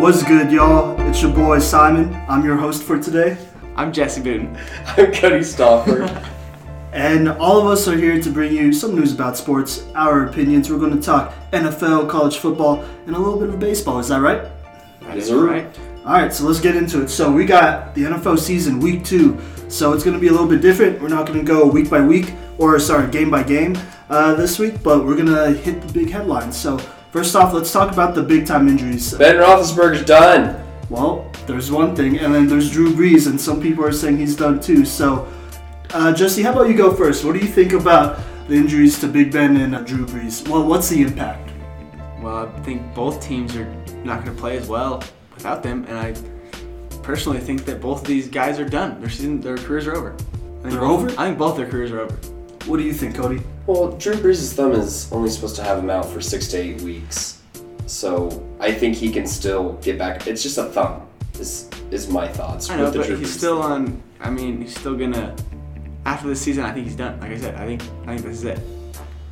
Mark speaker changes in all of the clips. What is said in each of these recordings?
Speaker 1: What's good, y'all? It's your boy Simon. I'm your host for today.
Speaker 2: I'm Jesse Boone.
Speaker 3: I'm Cody Stoffer.
Speaker 1: And all of us are here to bring you some news about sports, our opinions. We're going to talk NFL, college football, and a little bit of baseball. Is that right?
Speaker 2: That
Speaker 3: Yes,
Speaker 2: is
Speaker 3: sir.
Speaker 2: right.
Speaker 1: All right, so let's get into it. So we got the NFL season week two. So it's going to be a little bit different. We're not going to go week by week or sorry, game by game uh, this week, but we're going to hit the big headlines. So first off, let's talk about the big time injuries.
Speaker 3: ben Roethlisberger's done.
Speaker 1: Well, there's one thing, and then there's Drew Brees, and some people are saying he's done too. So uh, Jesse, how about you go first? What do you think about the injuries to Big Ben and uh, Drew Brees? Well, what's the impact?
Speaker 2: Well, I think both teams are not going to play as well without them, and I personally think that both of these guys are done. Their season, their careers are over. I think
Speaker 1: They're
Speaker 2: both-
Speaker 1: over?
Speaker 2: I think both their careers are over.
Speaker 1: What do you think, Cody?
Speaker 3: Well, Drew Brees' thumb is only supposed to have him out for six to eight weeks, so I think he can still get back. It's just a thumb. Is is my thoughts
Speaker 2: I know,
Speaker 3: with the
Speaker 2: but
Speaker 3: Drew
Speaker 2: he's
Speaker 3: Brees
Speaker 2: still
Speaker 3: thing.
Speaker 2: on. I mean, he's still gonna. After this season, I think he's done. Like I said, I think I think this is it.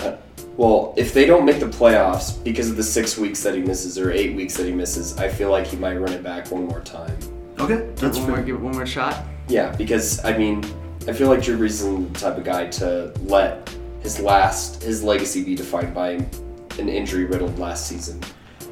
Speaker 3: Uh, Well, if they don't make the playoffs because of the six weeks that he misses or eight weeks that he misses, I feel like he might run it back one more time.
Speaker 1: Okay, that's
Speaker 2: one
Speaker 1: fair.
Speaker 2: more, give it one more shot.
Speaker 3: Yeah, because I mean, I feel like Drew Brees isn't the type of guy to let his last his legacy be defined by an injury riddled last season.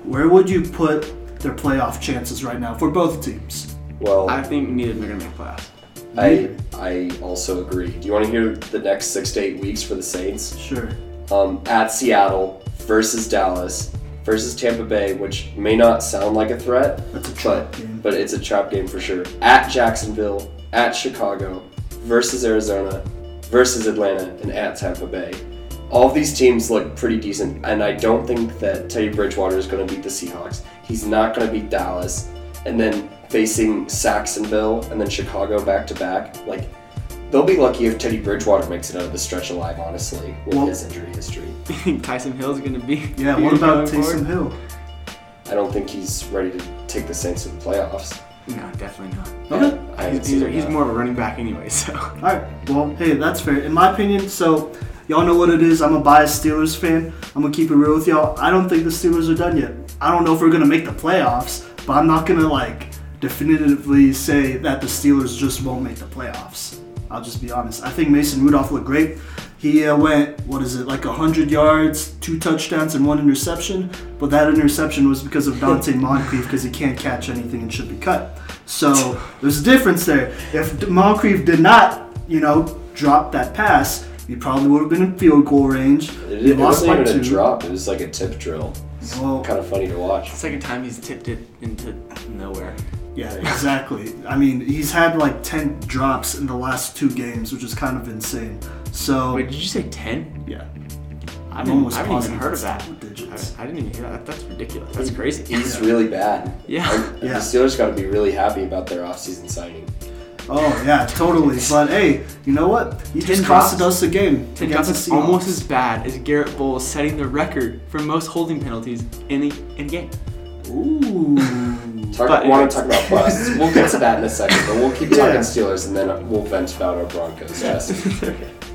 Speaker 1: Where would you put their playoff chances right now for both teams?
Speaker 3: Well,
Speaker 2: I think neither of them are gonna make playoffs.
Speaker 3: I I also agree. Do you want to hear the next six to eight weeks for the Saints?
Speaker 1: Sure.
Speaker 3: Um, at Seattle versus Dallas versus Tampa Bay, which may not sound like a threat,
Speaker 1: That's a trap
Speaker 3: but
Speaker 1: game.
Speaker 3: but it's a trap game for sure. At Jacksonville, at Chicago, versus Arizona, versus Atlanta, and at Tampa Bay. All of these teams look pretty decent, and I don't think that Teddy Bridgewater is going to beat the Seahawks. He's not going to beat Dallas, and then facing Saxonville and then Chicago back to back, like. They'll be lucky if Teddy Bridgewater makes it out of the stretch alive, honestly, with
Speaker 1: Well-
Speaker 3: his injury history.
Speaker 2: You think Tyson Hill's gonna be?
Speaker 1: Yeah,
Speaker 2: be
Speaker 1: what about Taysom
Speaker 2: going forward?
Speaker 1: Hill?
Speaker 3: I don't think he's ready to take the Saints to the playoffs.
Speaker 2: No, definitely not.
Speaker 1: Okay.
Speaker 3: I haven't
Speaker 2: He's,
Speaker 3: seen
Speaker 2: he's,
Speaker 3: him
Speaker 2: he's
Speaker 3: yet.
Speaker 2: more of a running back anyway, so.
Speaker 1: All right. Well, hey, that's fair. In my opinion, so y'all know what it is. I'm a biased Steelers fan. I'm gonna keep it real with y'all. I don't think the Steelers are done yet. I don't know if we're gonna make the playoffs, but I'm not gonna like definitively say that the Steelers just won't make the playoffs. I'll just be honest. I think Mason Rudolph looked great. He uh, went what is it like 100 yards, two touchdowns, and one interception. But that interception was because of Dante Moncrief because he can't catch anything and should be cut. So there's a difference there. If D- Moncrief did not, you know, drop that pass, you probably would have been in field goal range.
Speaker 3: It,
Speaker 1: You
Speaker 3: it
Speaker 1: lost
Speaker 3: wasn't
Speaker 1: by
Speaker 3: even a
Speaker 1: two.
Speaker 3: drop. It was like a tip drill. It's
Speaker 1: Well-
Speaker 3: kind of funny to watch.
Speaker 2: Second time he's tipped it into nowhere.
Speaker 1: Yeah, exactly. I mean, he's had like 10 drops in the last two games, which is kind of insane. So
Speaker 2: Wait, did you say 10?
Speaker 1: yeah,
Speaker 2: I
Speaker 1: I'm
Speaker 2: didn't-
Speaker 1: almost
Speaker 2: I haven't
Speaker 1: positive
Speaker 2: even heard of
Speaker 1: it's
Speaker 2: that.
Speaker 1: double digits.
Speaker 2: I, I didn't even hear that. That's ridiculous. That's crazy.
Speaker 3: He's really bad.
Speaker 2: Yeah.
Speaker 3: And
Speaker 1: Yeah.
Speaker 3: The Steelers got to be really happy about their offseason signing.
Speaker 1: Oh yeah, totally. But hey, you know what? He
Speaker 2: Ten
Speaker 1: just costed
Speaker 2: drops.
Speaker 1: us a game
Speaker 2: Ten drops
Speaker 1: against the
Speaker 2: is
Speaker 1: Seahawks.
Speaker 2: almost as bad as Garrett Bowles setting the record for most holding penalties in a in a game.
Speaker 1: Ooh.
Speaker 3: Talk,
Speaker 2: But-
Speaker 3: want to talk about busts. we'll get to that in a second, but we'll keep
Speaker 1: Yeah.
Speaker 3: talking Steelers and then we'll vent about our Broncos. Yes.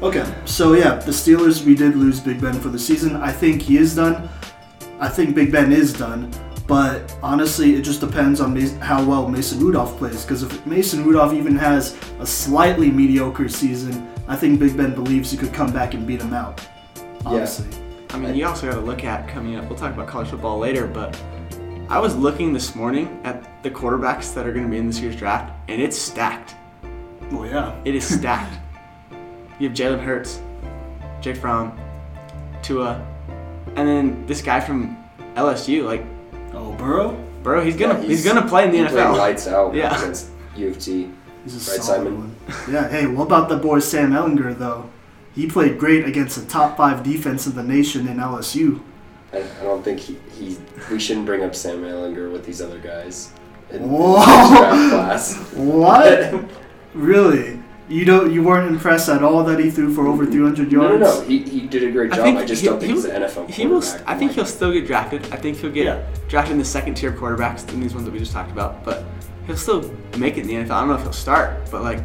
Speaker 1: Okay, so yeah, the Steelers, we did lose Big Ben for the season. I think he is done. I think Big Ben is done. But honestly, it just depends on Mas- how well Mason Rudolph plays. Because if Mason Rudolph even has a slightly mediocre season, I think Big Ben believes he could come back and beat him out. Honestly.
Speaker 2: I mean, you also got to look at coming up. We'll talk about college football later, but I was looking this morning at the quarterbacks that are going to be in this year's draft, and it's stacked.
Speaker 1: Well, yeah.
Speaker 2: It is stacked. you have Jalen Hurts, Jake Fromm, Tua, and then this guy from LSU. Like,
Speaker 1: Oh, Burrow?
Speaker 2: bro, he's gonna
Speaker 3: Yeah,
Speaker 2: he's, gonna play in the
Speaker 3: he played
Speaker 2: NFL.
Speaker 3: Lights out
Speaker 2: Yeah.
Speaker 3: against U of T.
Speaker 1: He's a solid
Speaker 3: Right, Simon?
Speaker 1: one. Yeah, hey, what about the boy Sam Ellinger, though? He played great against the top five defense in the nation in LSU.
Speaker 3: I, I don't think he, he. We shouldn't bring up Sam Ellinger with these other guys. In this
Speaker 1: Whoa.
Speaker 3: draft class.
Speaker 1: What? really? You don't? You weren't impressed at all that he threw for over 300
Speaker 3: No, no,
Speaker 1: yards?
Speaker 3: no. He, he did a great job. I, just
Speaker 2: he-
Speaker 3: don't think
Speaker 2: he
Speaker 3: he's
Speaker 2: will-
Speaker 3: an NFL
Speaker 2: He will.
Speaker 3: quarterback.
Speaker 2: I think
Speaker 3: Like,
Speaker 2: he'll still get drafted. I think he'll get
Speaker 3: Yeah.
Speaker 2: drafted in the second tier quarterbacks than these ones that we just talked about. But he'll still make it in the NFL. I don't know if he'll start, but like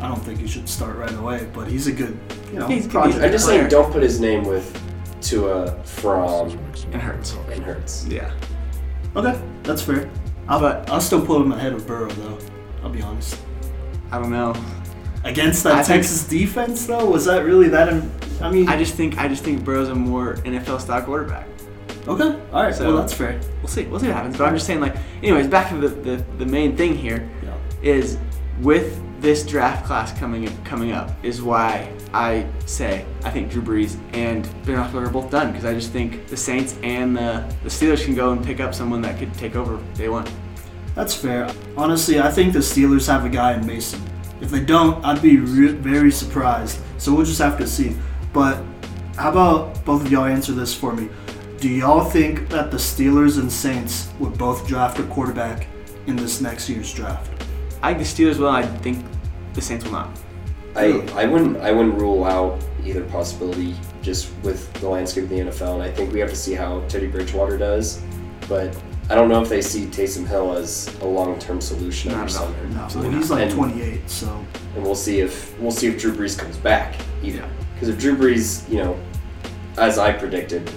Speaker 1: I don't think he should start right away, but he's a good, you know,
Speaker 2: He's- he's-
Speaker 1: project.
Speaker 3: I'm just
Speaker 2: player.
Speaker 3: saying, don't put his name with Tua, Fromm,
Speaker 2: it hurts.
Speaker 3: and Hurts.
Speaker 2: Yeah.
Speaker 1: Okay, that's fair. I'll,
Speaker 2: But-
Speaker 1: I'll still put him ahead of Burrow, though. I'll be honest.
Speaker 2: I don't know.
Speaker 1: Against that
Speaker 2: I think-
Speaker 1: Texas defense, though, was that really that? Im- I mean,
Speaker 2: I just think I just think Burrow's a more NFL style quarterback.
Speaker 1: okay, all right,
Speaker 2: So-
Speaker 1: well that's fair.
Speaker 2: We'll see. We'll see what happens. But I'm just saying, like, anyways, back to the, the, the main thing here
Speaker 1: Yeah.
Speaker 2: is with this draft class coming coming up is why I say I think Drew Brees and Ben Roethlisberger are both done because I just think the Saints and the, the Steelers can go and pick up someone that could take over day one.
Speaker 1: That's fair. Honestly, I think the Steelers have a guy in Mason. If they don't, I'd be re- very surprised. So we'll just have to see. But how about both of y'all answer this for me? Do y'all think that the Steelers and Saints would both draft a quarterback in this next year's draft?
Speaker 2: I think the Steelers will. I think the Saints will not.
Speaker 3: I, I wouldn't I wouldn't rule out either possibility just with the landscape of the NFL, and I think we have to see how Teddy Bridgewater does. But I don't know if they see Taysom Hill as a long term solution
Speaker 2: Not at
Speaker 3: under
Speaker 2: all.
Speaker 3: center,
Speaker 1: No, well,
Speaker 2: Absolutely
Speaker 1: he's
Speaker 2: not.
Speaker 1: like
Speaker 3: And-
Speaker 1: 28, so
Speaker 3: and we'll see if we'll see if Drew Brees comes back either.
Speaker 2: Yeah.
Speaker 3: Because if Drew Brees, you know, as I predicted,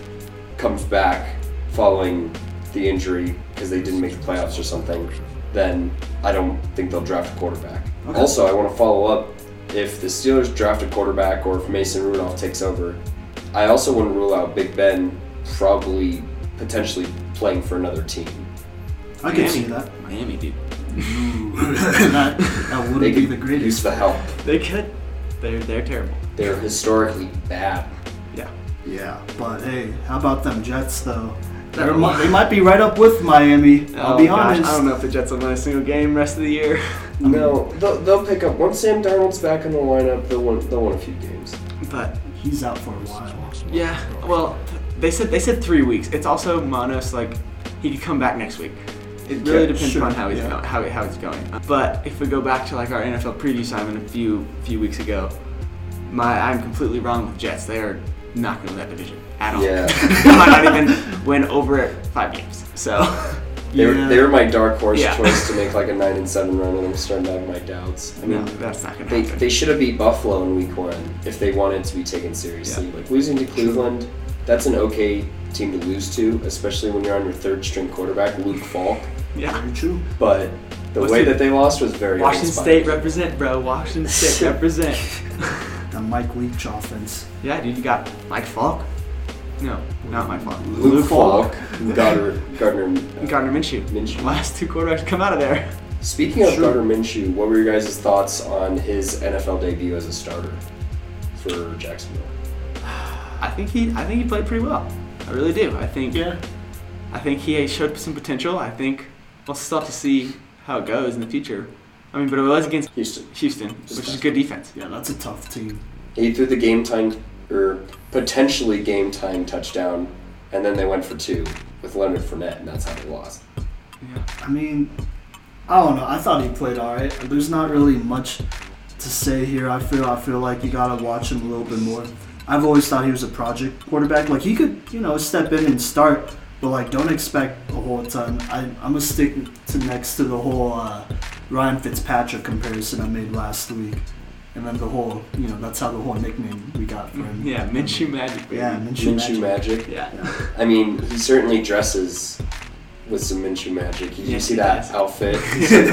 Speaker 3: comes back following the injury because they didn't make the playoffs or something, then I don't think they'll draft a quarterback.
Speaker 1: Okay.
Speaker 3: Also, I want to follow up if the Steelers draft a quarterback or if Mason Rudolph takes over, I also wouldn't rule out Big Ben probably potentially playing for another team.
Speaker 1: I can
Speaker 2: Miami.
Speaker 1: see that.
Speaker 2: Miami, dude.
Speaker 1: that. That
Speaker 3: They
Speaker 1: wouldn't be
Speaker 3: could
Speaker 1: the greatest.
Speaker 3: use the help.
Speaker 2: They could. They're they're terrible.
Speaker 3: They're historically bad.
Speaker 2: Yeah.
Speaker 1: Yeah, but hey, how about them Jets though?
Speaker 2: That-
Speaker 1: They're mi- they might be right up with Miami. I'll be
Speaker 2: Oh, gosh,
Speaker 1: honest.
Speaker 2: I don't know if the Jets will win a single game rest of the year.
Speaker 3: No, they'll, they'll pick up once Sam Darnold's back in the lineup. They'll win. They'll win a few games.
Speaker 2: But
Speaker 1: He's out for a while.
Speaker 2: yeah, well, they said they said three weeks. It's also Manos. Like he could come back next week. It really
Speaker 3: Yeah,
Speaker 2: depends
Speaker 1: sure,
Speaker 2: on how he's
Speaker 1: yeah.
Speaker 2: going, how, how he's going. But if we go back to like our NFL preview Simon a few few weeks ago, my I'm completely wrong with the Jets. They are not going to win that division at all.
Speaker 3: Yeah.
Speaker 2: they might not even win over five games. So.
Speaker 3: They were,
Speaker 1: Yeah.
Speaker 3: they were my dark horse
Speaker 2: Yeah.
Speaker 3: choice to make like a nine and seven run, and I'm starting to have my doubts. I
Speaker 2: No,
Speaker 3: mean,
Speaker 2: that's not gonna
Speaker 3: they,
Speaker 2: happen.
Speaker 3: they should have beat Buffalo in week one if they wanted to be taken seriously. Like losing to Cleveland, that's an okay team to lose to, especially when you're on your third string quarterback Luke Falk.
Speaker 2: yeah.
Speaker 1: Very true.
Speaker 3: But the
Speaker 2: What's
Speaker 3: way
Speaker 2: the-
Speaker 3: that they lost was very
Speaker 2: Washington
Speaker 3: uninspiring.
Speaker 2: State represent, bro. Washington State represent.
Speaker 1: The Mike Leach offense.
Speaker 2: yeah, dude, you got Mike Falk. No, not Mike Falk.
Speaker 3: Luke, Falk, Gardner, Gardner
Speaker 2: and Gardner Minshew.
Speaker 3: Minshew.
Speaker 2: Last two quarterbacks come out of there.
Speaker 3: Speaking of
Speaker 1: Sure.
Speaker 3: Gardner Minshew, what were your guys' thoughts on his NFL debut as a starter for Jacksonville?
Speaker 2: I think he, I think he played pretty well. I really do. I think,
Speaker 1: Yeah.
Speaker 2: I think he showed some potential. I think we'll still have to see how it goes in the future. I mean, but it was against
Speaker 3: Houston.
Speaker 2: Houston, which is a good defense.
Speaker 1: Yeah, that's a tough team.
Speaker 3: He threw the game time or potentially game time touchdown, and then they went for two with Leonard Fournette, and that's how they lost.
Speaker 2: Yeah.
Speaker 1: I mean, I don't know. I thought he played all right. There's not really much to say here. I feel I feel like you gotta watch him a little bit more. I've always thought he was a project quarterback. Like he could, you know, step in and start, but like don't expect a whole ton. I, I'm gonna stick to next to the whole uh, Ryan Fitzpatrick comparison I made last week, and then the whole, you know, that's how the whole nickname we got for him.
Speaker 2: Yeah, Minshew magic. Baby.
Speaker 1: Yeah, Minshew,
Speaker 3: Minshew
Speaker 1: Magic.
Speaker 3: magic.
Speaker 2: Yeah.
Speaker 3: I mean, he certainly dresses with some Minshew magic. Did you
Speaker 2: Yes,
Speaker 3: see
Speaker 2: he
Speaker 3: that
Speaker 2: does.
Speaker 3: outfit?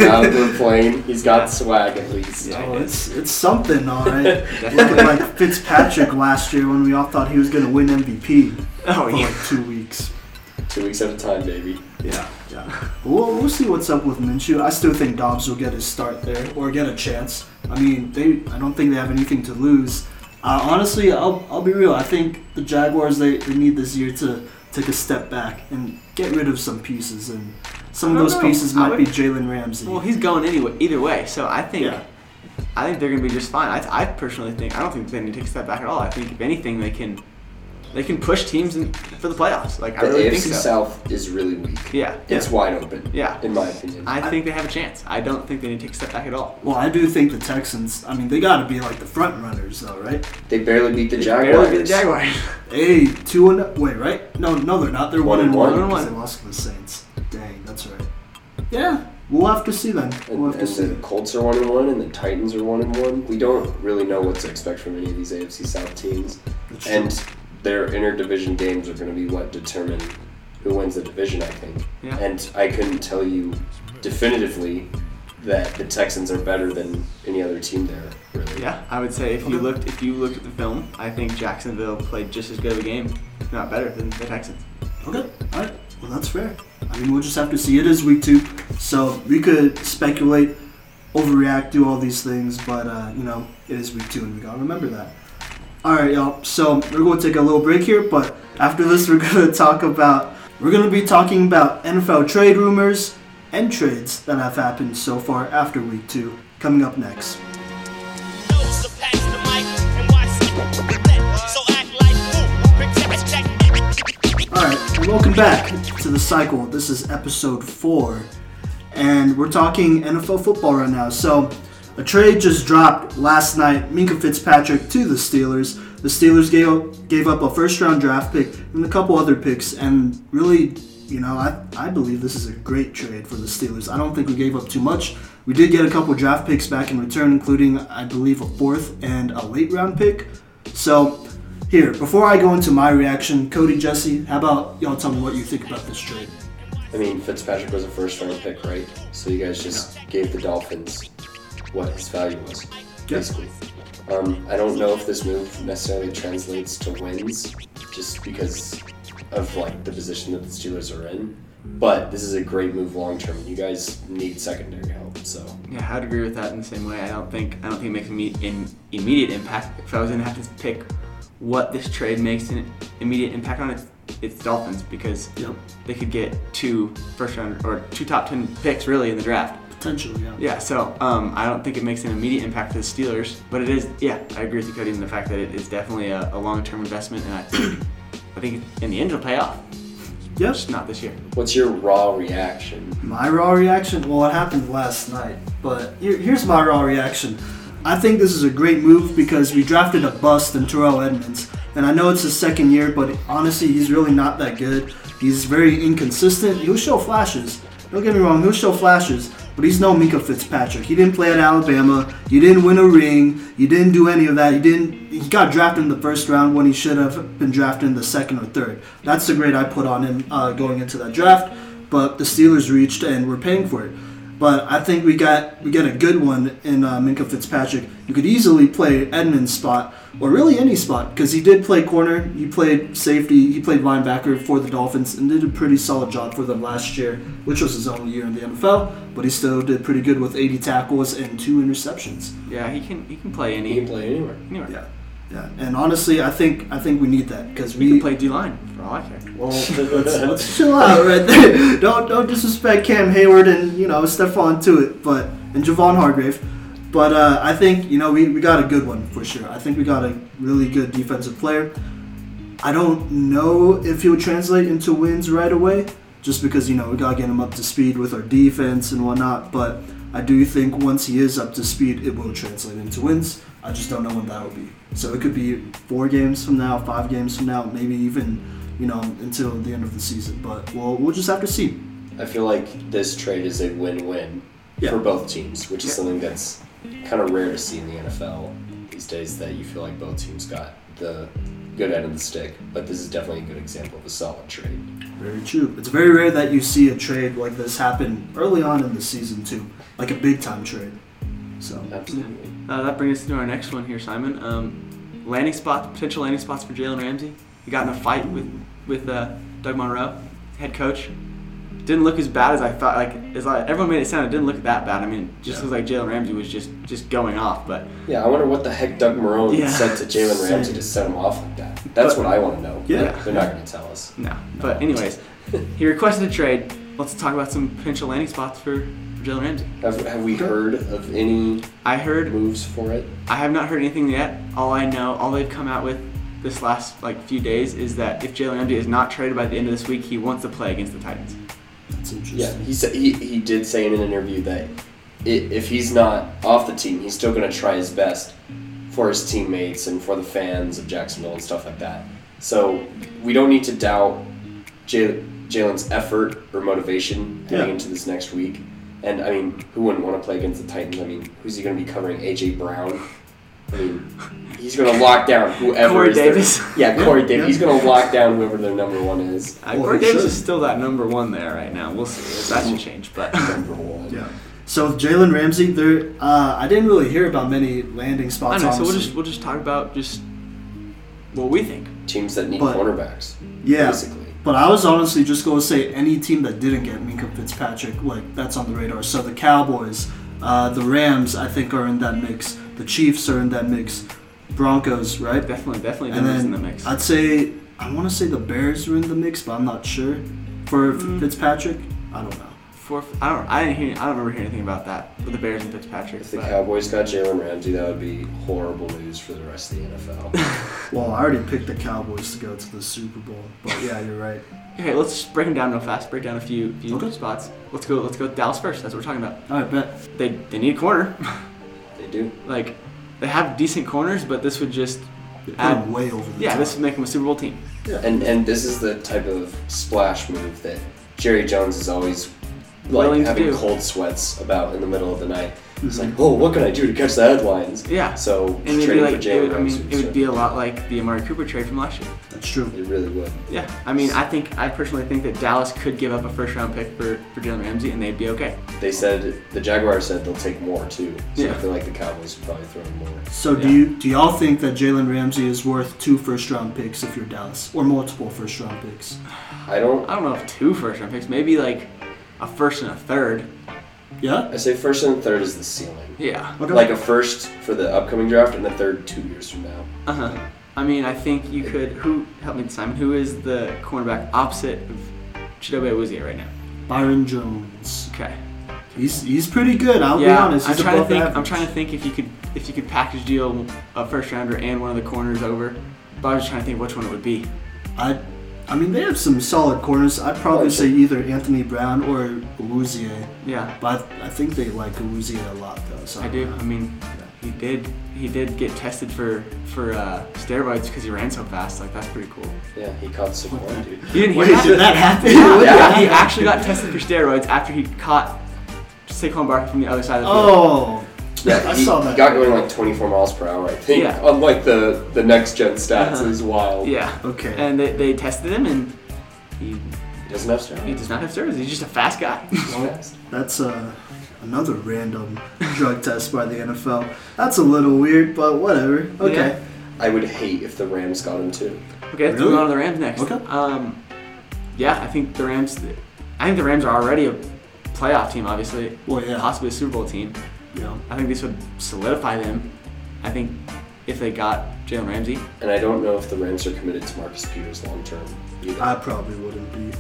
Speaker 3: Out of the plane. He's got swag at least.
Speaker 2: Yeah.
Speaker 1: Oh, it's it's something, all right. Look
Speaker 2: Definitely.
Speaker 1: at like Fitzpatrick last year when we all thought he was going to win MVP for
Speaker 2: Oh yeah.
Speaker 1: like two weeks.
Speaker 3: Two weeks at a time, baby.
Speaker 1: Yeah, yeah. We'll, we'll see what's up with Minshew. I still think Dobbs will get his start there or get a chance. I mean, they I don't think they have anything to lose. Uh, honestly, I'll, I'll be real. I think the Jaguars they, they need this year to take a step back and get rid of some pieces and some of
Speaker 2: I don't
Speaker 1: those
Speaker 2: know.
Speaker 1: pieces
Speaker 2: I
Speaker 1: might
Speaker 2: would-
Speaker 1: be Jalen Ramsey.
Speaker 2: Well, he's going anyway. Either way, so I think.
Speaker 1: Yeah.
Speaker 2: I think they're gonna be just fine. I, I personally think I don't think they need to take a step back at all. I think if anything, they can, they can push teams in, for the playoffs. Like I
Speaker 3: The
Speaker 2: really
Speaker 3: AFC
Speaker 2: think so.
Speaker 3: South is really weak.
Speaker 2: Yeah,
Speaker 3: It's wide open.
Speaker 2: Yeah.
Speaker 3: In my opinion.
Speaker 2: I think they have a chance. I don't think they need to take a step back at all.
Speaker 1: Well, I do think the Texans. I mean, they got to be like the front runners, though, right?
Speaker 3: They barely beat the
Speaker 2: They
Speaker 3: Jaguars.
Speaker 2: Barely beat the Jaguars.
Speaker 1: Hey, two and wait, right? No, no, they're not. They're one, and one.
Speaker 2: One and
Speaker 1: because
Speaker 2: one.
Speaker 1: They lost to the Saints. Dang, that's right. Yeah, we'll have to see then.
Speaker 3: And,
Speaker 1: We'll have to
Speaker 3: and
Speaker 1: see.
Speaker 3: the Colts are one and one, and the Titans are one and one. We don't really know what to expect from any of these AFC South teams,
Speaker 1: That's true.
Speaker 3: and their interdivision games are going to be what determine who wins the division, I think.
Speaker 2: Yeah.
Speaker 3: And I couldn't tell you definitively that the Texans are better than any other team there, really.
Speaker 2: Yeah, I would say if you
Speaker 1: Okay.
Speaker 2: looked if you looked at the film, I think Jacksonville played just as good of a game, if not better, than the Texans.
Speaker 1: Okay, all right. Well, that's fair. I mean, we'll just have to see. It is week two, so we could speculate, overreact, do all these things, but uh, you know, it is week two, and we gotta remember that. All right, y'all. So we're going to take a little break here, but after this, we're gonna talk about we're gonna be talking about NFL trade rumors and trades that have happened so far after week two. Coming up next.
Speaker 4: knows to pass the mic and watch that. So act like fool, protect that.
Speaker 1: All right, and welcome back to the cycle. This is episode four, and we're talking NFL football right now. So, a trade just dropped last night: Minka Fitzpatrick to the Steelers. The Steelers gave up, gave up a first-round draft pick and a couple other picks, and really, you know, I I believe this is a great trade for the Steelers. I don't think we gave up too much. We did get a couple draft picks back in return, including I believe a fourth and a late-round pick. So. Here, before I go into my reaction, Cody, Jesse, how about y'all tell me what you think about this trade?
Speaker 3: I mean, Fitzpatrick was a first round pick, right? So you guys just gave the Dolphins what his value was, basically. Um, I don't know if this move necessarily translates to wins, just because of like the position that the Steelers are in. But this is a great move long term. You guys need secondary help, so
Speaker 2: Yeah, I'd agree with that in the same way. I don't think I don't think it makes an imme- an immediate impact. If I was gonna have to pick what this trade makes an immediate impact on, it's it's Dolphins because
Speaker 1: Yep.
Speaker 2: they could get two first round or two top ten picks really in the draft.
Speaker 1: Potentially, yeah.
Speaker 2: Yeah, so um, I don't think it makes an immediate impact to the Steelers, but it is. Yeah, I agree with you, Cody, in the fact that it is definitely a, a long-term investment, and I think, I think in the end it'll pay off.
Speaker 1: Yep.
Speaker 2: Just not this year.
Speaker 3: what's your raw reaction?
Speaker 1: My raw reaction, well, it happened last night, but here, here's my raw reaction. I think this is a great move because we drafted a bust in Terrell Edmonds, and I know it's his second year, but honestly, he's really not that good. He's very inconsistent. He'll show flashes. Don't get me wrong, he'll show flashes, but he's no Minka Fitzpatrick. He didn't play at Alabama. He didn't win a ring. He didn't do any of that. He didn't. He got drafted in the first round when he should have been drafted in the second or third. That's the grade I put on him uh, going into that draft but the Steelers reached and we're paying for it. But I think we got we got a good one in uh, Minka Fitzpatrick. You could easily play Edmonds' spot or really any spot because he did play corner, he played safety, he played linebacker for the Dolphins and did a pretty solid job for them last year, which was his only year in the NFL. But he still did pretty good with 80 tackles and two interceptions.
Speaker 2: Yeah, he can he can play any
Speaker 3: You can play anywhere.
Speaker 2: anywhere.
Speaker 1: Yeah, yeah. And honestly, I think I think we need that because
Speaker 2: He
Speaker 1: we
Speaker 2: can play D line for all I care.
Speaker 1: Well, let's, let's chill out right there. Don't don't disrespect Cam Hayward and you know Stephon to it, but and Javon Hargrave. But uh, I think you know we, we got a good one for sure. I think we got a really good defensive player. I don't know if he'll translate into wins right away, just because you know we gotta get him up to speed with our defense and whatnot. But I do think once he is up to speed, it will translate into wins. I just don't know when that will be. So it could be four games from now, five games from now, maybe even you know until the end of the season. But we'll we'll just have to see.
Speaker 3: I feel like this trade is a win-win
Speaker 1: Yeah.
Speaker 3: for both teams, which is
Speaker 2: Yeah.
Speaker 3: something that's kind of rare to see in the NFL these days. That you feel like both teams got the good end of the stick, but this is definitely a good example of a solid trade.
Speaker 1: Very true. It's very rare that you see a trade like this happen early on in the season too, like a big time trade. So
Speaker 3: Absolutely.
Speaker 2: Uh, that brings us to our next one here, Simon. Um, landing spots, potential landing spots for Jalen Ramsey. He got in a fight with with uh, Doug Monroe, head coach. Didn't look as bad as I thought. Like as I, everyone made it sound, it didn't look that bad. I mean, it just
Speaker 1: Yeah.
Speaker 2: looks like Jalen Ramsey was just just going off, but.
Speaker 3: Yeah, I wonder what the heck Doug Marone
Speaker 2: Yeah.
Speaker 3: said to Jalen Ramsey
Speaker 1: Same.
Speaker 3: to set him off like that. That's
Speaker 2: But-
Speaker 3: what I want to know.
Speaker 1: Yeah.
Speaker 3: They're not going to tell us.
Speaker 2: No. But anyways, he requested a trade. Let's talk about some potential landing spots for, for Jalen Ramsey.
Speaker 3: Have, have we heard of any
Speaker 2: I heard
Speaker 3: moves for it?
Speaker 2: I have not heard anything yet. All I know, all they've come out with this last like few days is that if Jalen Ramsey is not traded by the end of this week, he wants to play against the Titans.
Speaker 1: that's interesting.
Speaker 3: Yeah, he said he, he did say in an interview that i- if he's not off the team, he's still going to try his best for his teammates and for the fans of Jacksonville and stuff like that. So we don't need to doubt Jal- Jalen's effort or motivation heading
Speaker 1: Yeah.
Speaker 3: into this next week. And I mean, who wouldn't want to play against the Titans? I mean, who's he going to be covering? AJ Brown, I mean, he's gonna lock down whoever.
Speaker 2: Corey
Speaker 3: is their-
Speaker 2: Davis.
Speaker 3: yeah, Corey
Speaker 1: Yeah,
Speaker 3: Davis.
Speaker 1: yeah.
Speaker 3: He's gonna lock down whoever their number one is.
Speaker 2: Uh,
Speaker 1: Well,
Speaker 2: Corey
Speaker 1: he
Speaker 2: Davis
Speaker 1: should.
Speaker 2: is still that number one there right now. We'll see. That can change, but
Speaker 3: Number one.
Speaker 1: Yeah. So with Jalen Ramsey, there uh, I didn't really hear about many landing
Speaker 2: I
Speaker 1: spots.
Speaker 2: don't know. So we'll
Speaker 1: honestly.
Speaker 2: just we'll just talk about just what we think.
Speaker 3: Teams that need
Speaker 1: But-
Speaker 3: cornerbacks.
Speaker 1: yeah.
Speaker 3: Basically.
Speaker 1: But I was honestly just going to say any team that didn't get Minka Fitzpatrick, like that's on the radar. So the Cowboys, uh, the Rams, I think are in that mix. The Chiefs are in that mix. Broncos, right?
Speaker 2: Definitely, definitely
Speaker 1: And
Speaker 2: Denver's
Speaker 1: then
Speaker 2: in the mix.
Speaker 1: I'd say I want to say the Bears are in the mix, but I'm not sure. For
Speaker 2: Mm.
Speaker 1: Fitzpatrick, I don't know.
Speaker 2: Fourth, I don't. I didn't hear. I don't remember hearing anything about that with the Bears and Fitzpatrick.
Speaker 3: If the
Speaker 2: but-
Speaker 3: Cowboys got Jalen Ramsey, that would be horrible news for the rest of the NFL.
Speaker 1: Well, I already picked the Cowboys to go to the Super Bowl, but yeah, you're right.
Speaker 2: Okay, let's just break them down real fast. Break down a few few
Speaker 1: Okay.
Speaker 2: spots. Let's go. Let's go with Dallas first. That's what we're talking about.
Speaker 1: All right, bet.
Speaker 2: They they need a corner.
Speaker 3: they do.
Speaker 2: like they have decent corners, but this would just
Speaker 1: They put
Speaker 2: add.
Speaker 1: him way over the
Speaker 2: Yeah,
Speaker 1: top.
Speaker 2: this would make them a Super Bowl team.
Speaker 3: And and this is the type of splash move that Jerry Jones is always like
Speaker 2: Willing to
Speaker 3: having
Speaker 2: do. Mm-hmm.
Speaker 3: cold sweats about in the middle of the night. It's like, oh, what can I do to catch the headlines?
Speaker 2: Yeah.
Speaker 3: So
Speaker 2: and it'd be
Speaker 3: trading
Speaker 2: like,
Speaker 3: for
Speaker 2: it would,
Speaker 3: Jalen
Speaker 2: I
Speaker 3: Ramsey.
Speaker 2: mean, it would be a lot like the Amari Cooper trade from last year.
Speaker 1: that's true.
Speaker 3: It really would.
Speaker 2: Yeah, I mean, I think I personally think that Dallas could give up a first round pick for for Jalen Ramsey, and they'd be okay.
Speaker 3: They said the Jaguars said they'll take more too. So I
Speaker 2: Yeah.
Speaker 3: feel like the Cowboys would probably throw in more.
Speaker 1: So do
Speaker 2: Yeah.
Speaker 1: you do y'all think that Jalen Ramsey is worth two first round picks if you're Dallas, or multiple first round picks?
Speaker 3: I don't.
Speaker 2: I don't know if two first round picks, maybe like a first and a third.
Speaker 1: Yeah.
Speaker 3: I say first and third is the ceiling.
Speaker 2: Yeah.
Speaker 1: Okay.
Speaker 3: Like a first for the upcoming draft and a third two years from now.
Speaker 2: Uh huh. I mean, I think you could. Who help me, Simon? Who is the cornerback opposite of Chidobe Awuzie right now?
Speaker 1: Byron Jones.
Speaker 2: Okay.
Speaker 1: He's he's pretty good. I'll be
Speaker 2: yeah.
Speaker 1: honest.
Speaker 2: I'm
Speaker 1: He's
Speaker 2: trying to
Speaker 1: above
Speaker 2: think.
Speaker 1: average.
Speaker 2: I'm trying to think if you could if you could package deal a first rounder and one of the corners over. But I was just trying to think which one it would be.
Speaker 1: I, I mean, they have some solid corners. I'd probably
Speaker 3: Like-
Speaker 1: say either Anthony Brown or Awuzie,
Speaker 2: Yeah.
Speaker 1: but I think they like Awuzie a lot though. So
Speaker 2: I
Speaker 1: don't
Speaker 2: do.
Speaker 1: know.
Speaker 2: I mean, he did. He did get tested for for uh, steroids because he ran so fast. Like that's pretty cool.
Speaker 3: Yeah, he caught some more, dude.
Speaker 2: You didn't hear
Speaker 1: Wait,
Speaker 2: that?
Speaker 1: did that happen?
Speaker 2: Yeah,
Speaker 1: What
Speaker 2: yeah,
Speaker 1: the
Speaker 2: he
Speaker 1: heck?
Speaker 2: actually got tested for steroids after he caught Saquon Barkley from the other side of the field.
Speaker 1: Oh,
Speaker 3: Yeah,
Speaker 1: I
Speaker 3: he,
Speaker 1: saw
Speaker 3: he
Speaker 1: that.
Speaker 3: got going like 24 miles per hour, I think.
Speaker 2: Yeah.
Speaker 3: Unlike the the next gen stats,
Speaker 2: Uh-huh.
Speaker 3: it was wild.
Speaker 2: Yeah.
Speaker 1: Okay.
Speaker 2: And they, they tested him, and he,
Speaker 3: He doesn't have
Speaker 2: he
Speaker 3: steroids.
Speaker 2: does not have steroids. He's just a fast guy.
Speaker 3: He's fast.
Speaker 1: That's uh, another random drug test by the NFL. That's a little weird, but whatever. Okay.
Speaker 3: I would hate if the Rams got him too.
Speaker 2: okay, let's
Speaker 1: Really?
Speaker 2: move on to the Rams next.
Speaker 1: Okay.
Speaker 2: Um, yeah, I think the Rams. I think the Rams are already a playoff team, obviously.
Speaker 1: Well, yeah.
Speaker 2: Possibly a Super Bowl team.
Speaker 1: Yeah.
Speaker 2: I think this would solidify them. I think if they got Jalen Ramsey,
Speaker 3: And I don't know if the Rams are committed to Marcus Peters long term either.
Speaker 1: I probably wouldn't be.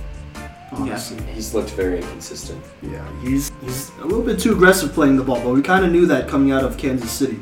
Speaker 1: Honestly.
Speaker 3: He's looked very inconsistent.
Speaker 1: Yeah, he's he's a little bit too aggressive playing the ball, but we kind of knew that coming out of Kansas City.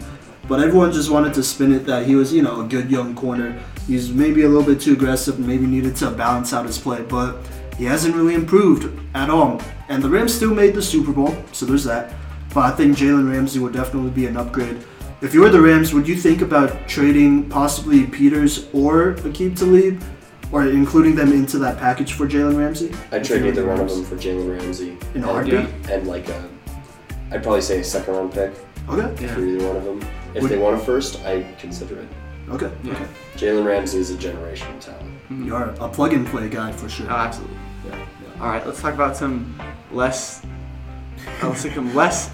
Speaker 1: But everyone just wanted to spin it that he was, you know, a good young corner. He's maybe a little bit too aggressive, maybe needed to balance out his play, but he hasn't really improved at all. And the Rams still made the Super Bowl, so there's that. But I think Jalen Ramsey would definitely be an upgrade. If you were the Rams, would you think about trading possibly Peters or Akeem Talib, or including them into that package for Jalen Ramsey?
Speaker 3: I'd trade either one of them for Jalen Ramsey.
Speaker 1: In a
Speaker 3: and-
Speaker 1: heartbeat?
Speaker 3: And like a, I'd probably say a second round pick
Speaker 1: Okay.
Speaker 2: Yeah.
Speaker 3: for either one of them. If
Speaker 1: Would-
Speaker 3: they want a first, I consider it.
Speaker 1: Okay.
Speaker 2: yeah,
Speaker 1: Okay.
Speaker 3: Jalen Ramsey is a generational talent.
Speaker 1: You are a plug and play guy for sure.
Speaker 2: oh, absolutely.
Speaker 1: yeah, yeah.
Speaker 2: All right, let's talk about some less. uh, Let's take some less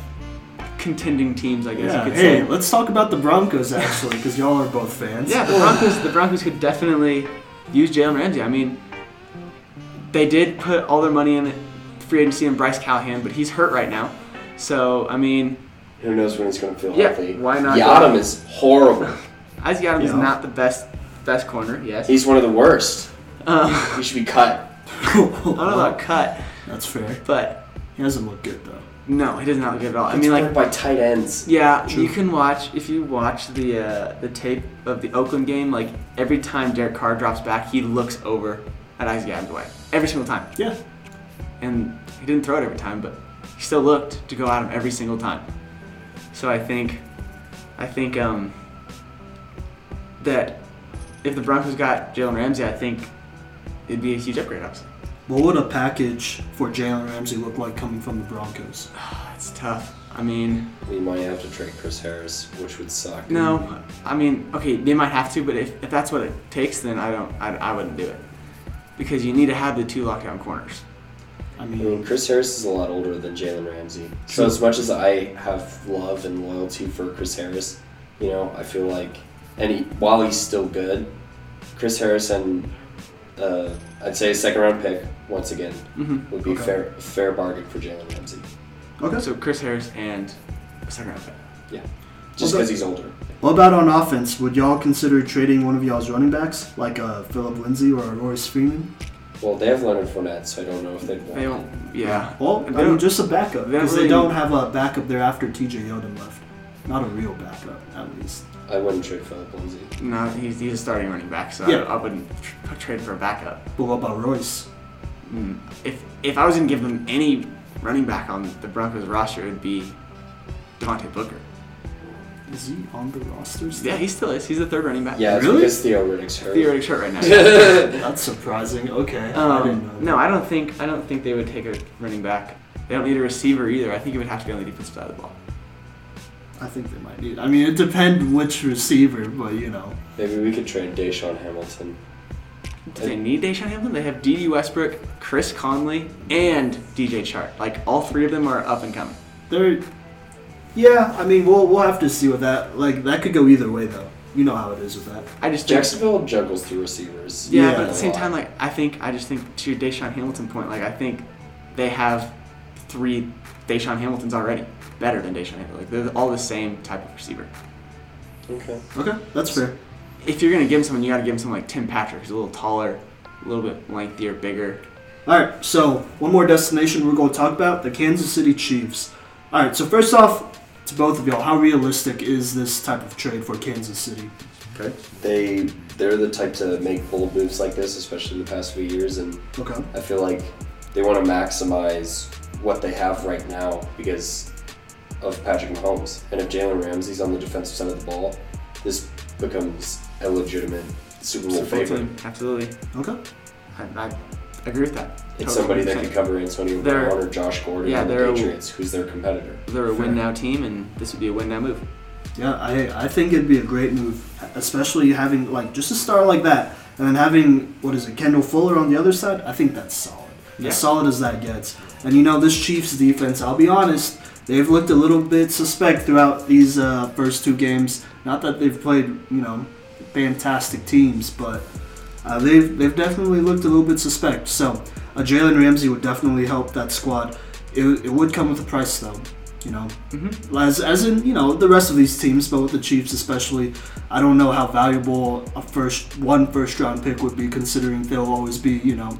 Speaker 2: contending teams, I guess you could
Speaker 1: hey,
Speaker 2: say.
Speaker 1: let's talk about the Broncos actually, because y'all are both fans.
Speaker 2: Yeah, the Broncos. The Broncos could definitely use Jalen Ramsey. I mean, they did put all their money in free agency and Bryce Callahan, but he's hurt right now. So I mean,
Speaker 3: Who knows when he's going to feel
Speaker 2: Yeah,
Speaker 3: healthy?
Speaker 2: why not?
Speaker 3: Yadam is horrible.
Speaker 2: Isaac Adams is
Speaker 1: Yeah.
Speaker 2: not the best best corner. Yes,
Speaker 3: He's one of the worst.
Speaker 2: um,
Speaker 3: He should be cut.
Speaker 2: I don't know about cut,
Speaker 1: That's fair.
Speaker 2: but
Speaker 1: He doesn't look good though.
Speaker 2: no, he does not look good at all. I
Speaker 3: It's
Speaker 2: mean, like
Speaker 3: played by tight ends.
Speaker 2: Yeah,
Speaker 1: True.
Speaker 2: you can watch if you watch the uh, the tape of the Oakland game. Like every time Derek Carr drops back, he looks over at Isaac Adams' way every single time.
Speaker 1: Yeah.
Speaker 2: And he didn't throw it every time, but he still looked to go at him every single time. So I think, I think um, that if the Broncos got Jalen Ramsey, I think it'd be a huge upgrade. Obviously,
Speaker 1: What would a package for Jalen Ramsey look like coming from the Broncos?
Speaker 2: That's tough. I mean,
Speaker 3: We might have to trade Chris Harris, which would suck.
Speaker 2: no. I mean, okay, they might have to, but if, if that's what it takes, then I don't. I, I wouldn't do it because you need to have the two lockdown corners.
Speaker 1: I
Speaker 3: I
Speaker 1: mean,
Speaker 2: Mm.
Speaker 3: mean, Chris Harris is a lot older than Jalen Ramsey. So as much as I have love and loyalty for Chris Harris, you know, I feel like, and he, while he's still good, Chris Harris and uh, I'd say a second round pick once again
Speaker 2: Mhm.
Speaker 3: would be
Speaker 1: Okay.
Speaker 3: fair fair bargain for Jalen Ramsey.
Speaker 1: okay.
Speaker 2: So Chris Harris and a second round pick.
Speaker 3: Yeah, just because
Speaker 1: Okay.
Speaker 3: he's older.
Speaker 1: What about on offense? Would y'all consider trading one of y'all's running backs, like uh, Philip Lindsay or Royce Freeman?
Speaker 3: Well, they have Leonard Fournette, so I don't know if they'd want.
Speaker 2: They don't. Yeah.
Speaker 1: Well,
Speaker 2: They
Speaker 1: I mean,
Speaker 2: don't-
Speaker 1: just a backup
Speaker 2: they don't
Speaker 1: because they
Speaker 2: really-
Speaker 1: don't have a backup there after T.J. Yeldon left. Not a real backup, at least.
Speaker 3: I wouldn't trade Philip Lindsay.
Speaker 2: No, he's, he's a starting running back, so
Speaker 1: Yeah.
Speaker 2: I, I wouldn't tr- trade for a backup.
Speaker 1: But what about Royce?
Speaker 2: Mm. If if I was gonna give them any running back on the Broncos roster, it would be Devontae Booker.
Speaker 1: Is he on the roster? Still?
Speaker 2: Yeah, he still is. He's the third running back.
Speaker 3: Yeah, it's
Speaker 1: Really?
Speaker 3: because Theo Riddick's hurt.
Speaker 2: theoretic shirt right now.
Speaker 1: That's surprising. Okay, I didn't know.
Speaker 2: um, no, I don't think I don't think they would take a running back. They don't need a receiver either. I think it would have to be on the defensive side of the ball.
Speaker 1: I think they might need. I mean, it depends which receiver, but you know.
Speaker 3: Maybe we could trade Deshaun Hamilton.
Speaker 2: Do they need Deshaun Hamlin? They have D.D. Westbrook, Chris Conley, and D.J. Chart. Like all three of them are up and coming.
Speaker 1: They're, yeah. I mean, we'll we'll have to see with that. Like that could go either way, though. You know how it is with that.
Speaker 2: I just think,
Speaker 3: Jacksonville juggles through receivers.
Speaker 2: Yeah,
Speaker 1: Yeah.
Speaker 2: but at the same
Speaker 3: A lot.
Speaker 2: time, like I think I just think to your Deshaun Hamilton point, like I think they have three Deshaun Hamiltons already better than Deshaun Hamilton. Like they're all the same type of receiver.
Speaker 3: Okay.
Speaker 1: Okay, that's fair.
Speaker 2: If you're gonna give him someone, you gotta give him someone like Tim Patrick, who's a little taller, a little bit lengthier, bigger.
Speaker 1: All right. So one more destination we're going to talk about: the Kansas City Chiefs. All right. So first off, to both of y'all, how realistic is this type of trade for Kansas City?
Speaker 2: Okay.
Speaker 3: they they're the type to make bold moves like this, especially the past few years, and
Speaker 1: Okay.
Speaker 3: I feel like they want to maximize what they have right now because of Patrick Mahomes. And if Jalen Ramsey's on the defensive side of the ball, this becomes a legitimate Super Bowl favorite.
Speaker 2: Team. Absolutely.
Speaker 1: Okay.
Speaker 2: I, I agree with that. Totally
Speaker 3: It's somebody that
Speaker 2: 100%.
Speaker 3: could cover Antonio
Speaker 2: They're-
Speaker 3: Brown or Josh Gordon
Speaker 2: Yeah,
Speaker 3: on the
Speaker 2: they're a-
Speaker 3: Patriots, who's their competitor.
Speaker 2: They're a win now team, and this would be a win now move.
Speaker 1: Yeah, I I think it'd be a great move, especially having like just a star like that, and then having what is it, Kendall Fuller on the other side. I think that's solid,
Speaker 2: Yeah.
Speaker 1: as solid as that gets. And you know this Chiefs defense. I'll be honest, they've looked a little bit suspect throughout these uh, first two games. Not that they've played you know fantastic teams, but uh, they've they've definitely looked a little bit suspect. So a Jalen Ramsey would definitely help that squad. It, it would come with a price though, you know.
Speaker 2: Mm-hmm.
Speaker 1: As, as in, you know, the rest of these teams, but with the Chiefs especially, I don't know how valuable a first one first round pick would be, considering they'll always be, you know,